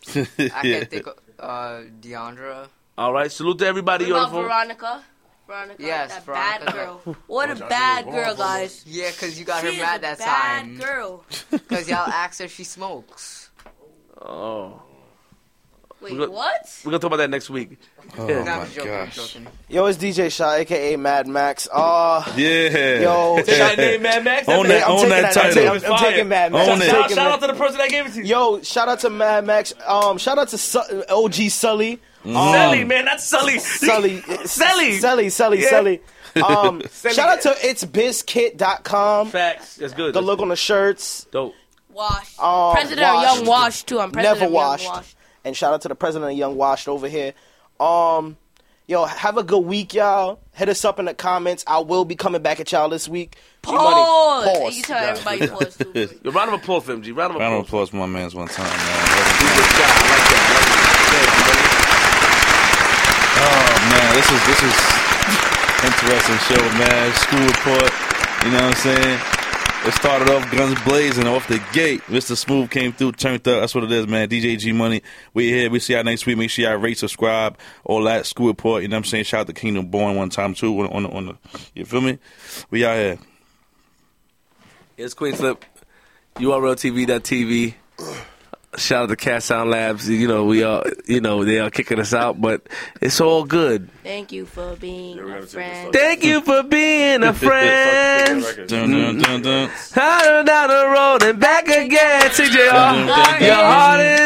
[SPEAKER 2] I
[SPEAKER 3] yeah. [laughs]
[SPEAKER 2] can't think. Of, uh, Deandra.
[SPEAKER 5] All right. Salute to everybody
[SPEAKER 1] What
[SPEAKER 5] on the
[SPEAKER 1] about
[SPEAKER 5] phone.
[SPEAKER 1] Veronica? Veronica,
[SPEAKER 2] Yes,
[SPEAKER 1] that bad
[SPEAKER 2] Veronica.
[SPEAKER 1] girl. What a bad girl, guys.
[SPEAKER 2] Yeah, cause you got
[SPEAKER 1] She
[SPEAKER 2] her
[SPEAKER 1] is
[SPEAKER 2] mad
[SPEAKER 1] a
[SPEAKER 2] that
[SPEAKER 1] bad
[SPEAKER 2] time.
[SPEAKER 1] girl.
[SPEAKER 2] Cause y'all asked her if she smokes.
[SPEAKER 5] Oh, We
[SPEAKER 1] Wait,
[SPEAKER 5] got-
[SPEAKER 1] what?
[SPEAKER 5] we're gonna talk about that next week.
[SPEAKER 3] Oh
[SPEAKER 2] Nah,
[SPEAKER 3] my
[SPEAKER 2] I'm joking. I'm
[SPEAKER 3] gosh.
[SPEAKER 2] joking.
[SPEAKER 4] Yo, it's DJ Shaw, aka Mad Max. Uh,
[SPEAKER 3] Yeah.
[SPEAKER 4] Yo.
[SPEAKER 3] [laughs]
[SPEAKER 5] Say that name, Mad Max.
[SPEAKER 3] Own that-
[SPEAKER 4] I'm
[SPEAKER 3] own
[SPEAKER 4] taking
[SPEAKER 3] that
[SPEAKER 4] I'm
[SPEAKER 3] title.
[SPEAKER 4] taking- I'm, I'm
[SPEAKER 5] Fire.
[SPEAKER 4] taking Mad Max.
[SPEAKER 3] Own
[SPEAKER 4] I'm
[SPEAKER 3] it.
[SPEAKER 5] Shout,
[SPEAKER 4] taking
[SPEAKER 5] shout out
[SPEAKER 4] Mad-
[SPEAKER 5] to the person that gave it to you.
[SPEAKER 4] Yo, shout out to Mad Max. Um, shout out to Su- OG Sully.
[SPEAKER 3] Mm. Um,
[SPEAKER 4] Um,
[SPEAKER 5] Sully, man, that's Sully.
[SPEAKER 4] Sully.
[SPEAKER 5] [laughs] Sully.
[SPEAKER 4] Sully, Sully,
[SPEAKER 5] Yeah.
[SPEAKER 4] Sully. Um, shout out to itsbizkit.com.
[SPEAKER 5] Facts. That's good.
[SPEAKER 4] The
[SPEAKER 5] That's
[SPEAKER 4] look on the shirts.
[SPEAKER 5] dope.
[SPEAKER 1] Wash.
[SPEAKER 4] Oh,
[SPEAKER 1] President
[SPEAKER 4] washed.
[SPEAKER 1] of Young Wash too. I'm President
[SPEAKER 4] Never
[SPEAKER 1] of Young
[SPEAKER 4] washed.
[SPEAKER 1] Wash.
[SPEAKER 4] And shout out to the president of Young Washed over here. Um, yo, have a good week, y'all. Hit us up in the comments. I will be coming back at y'all this week. G Money,
[SPEAKER 1] Pause.
[SPEAKER 4] pause.
[SPEAKER 1] And you tell everybody pause too. please.
[SPEAKER 4] [laughs]
[SPEAKER 5] Yo, round of applause for MG. Round of
[SPEAKER 3] Round of
[SPEAKER 5] applause.
[SPEAKER 3] applause for my man's one time, man.
[SPEAKER 5] Good job. I like that.
[SPEAKER 3] Oh man, this is this is interesting show, man. School report. You know what I'm saying? It started off guns blazing off the gate. Mr. Smooth came through, turned up. That's what it is, man. DJ G Money. We here. We see y'all next week. Make sure y'all rate, subscribe, all that. School report. You know what I'm saying? Shout out to Kingdom Born one time too. On, on, on the, you feel me? We out here.
[SPEAKER 5] Yeah, It's Queen Flip. URLTV.tv. Shout out to Cat Sound Labs. You know, we are, you know, they are kicking us out, but it's all good.
[SPEAKER 1] Thank you for being
[SPEAKER 6] we
[SPEAKER 1] a
[SPEAKER 6] gotta take this
[SPEAKER 1] friend.
[SPEAKER 5] Thank you for being a friend.
[SPEAKER 3] Dun, dun, dun, dun.
[SPEAKER 5] Out and down the road and back again. TJR,
[SPEAKER 3] Dun, dun, dun,
[SPEAKER 5] your heart is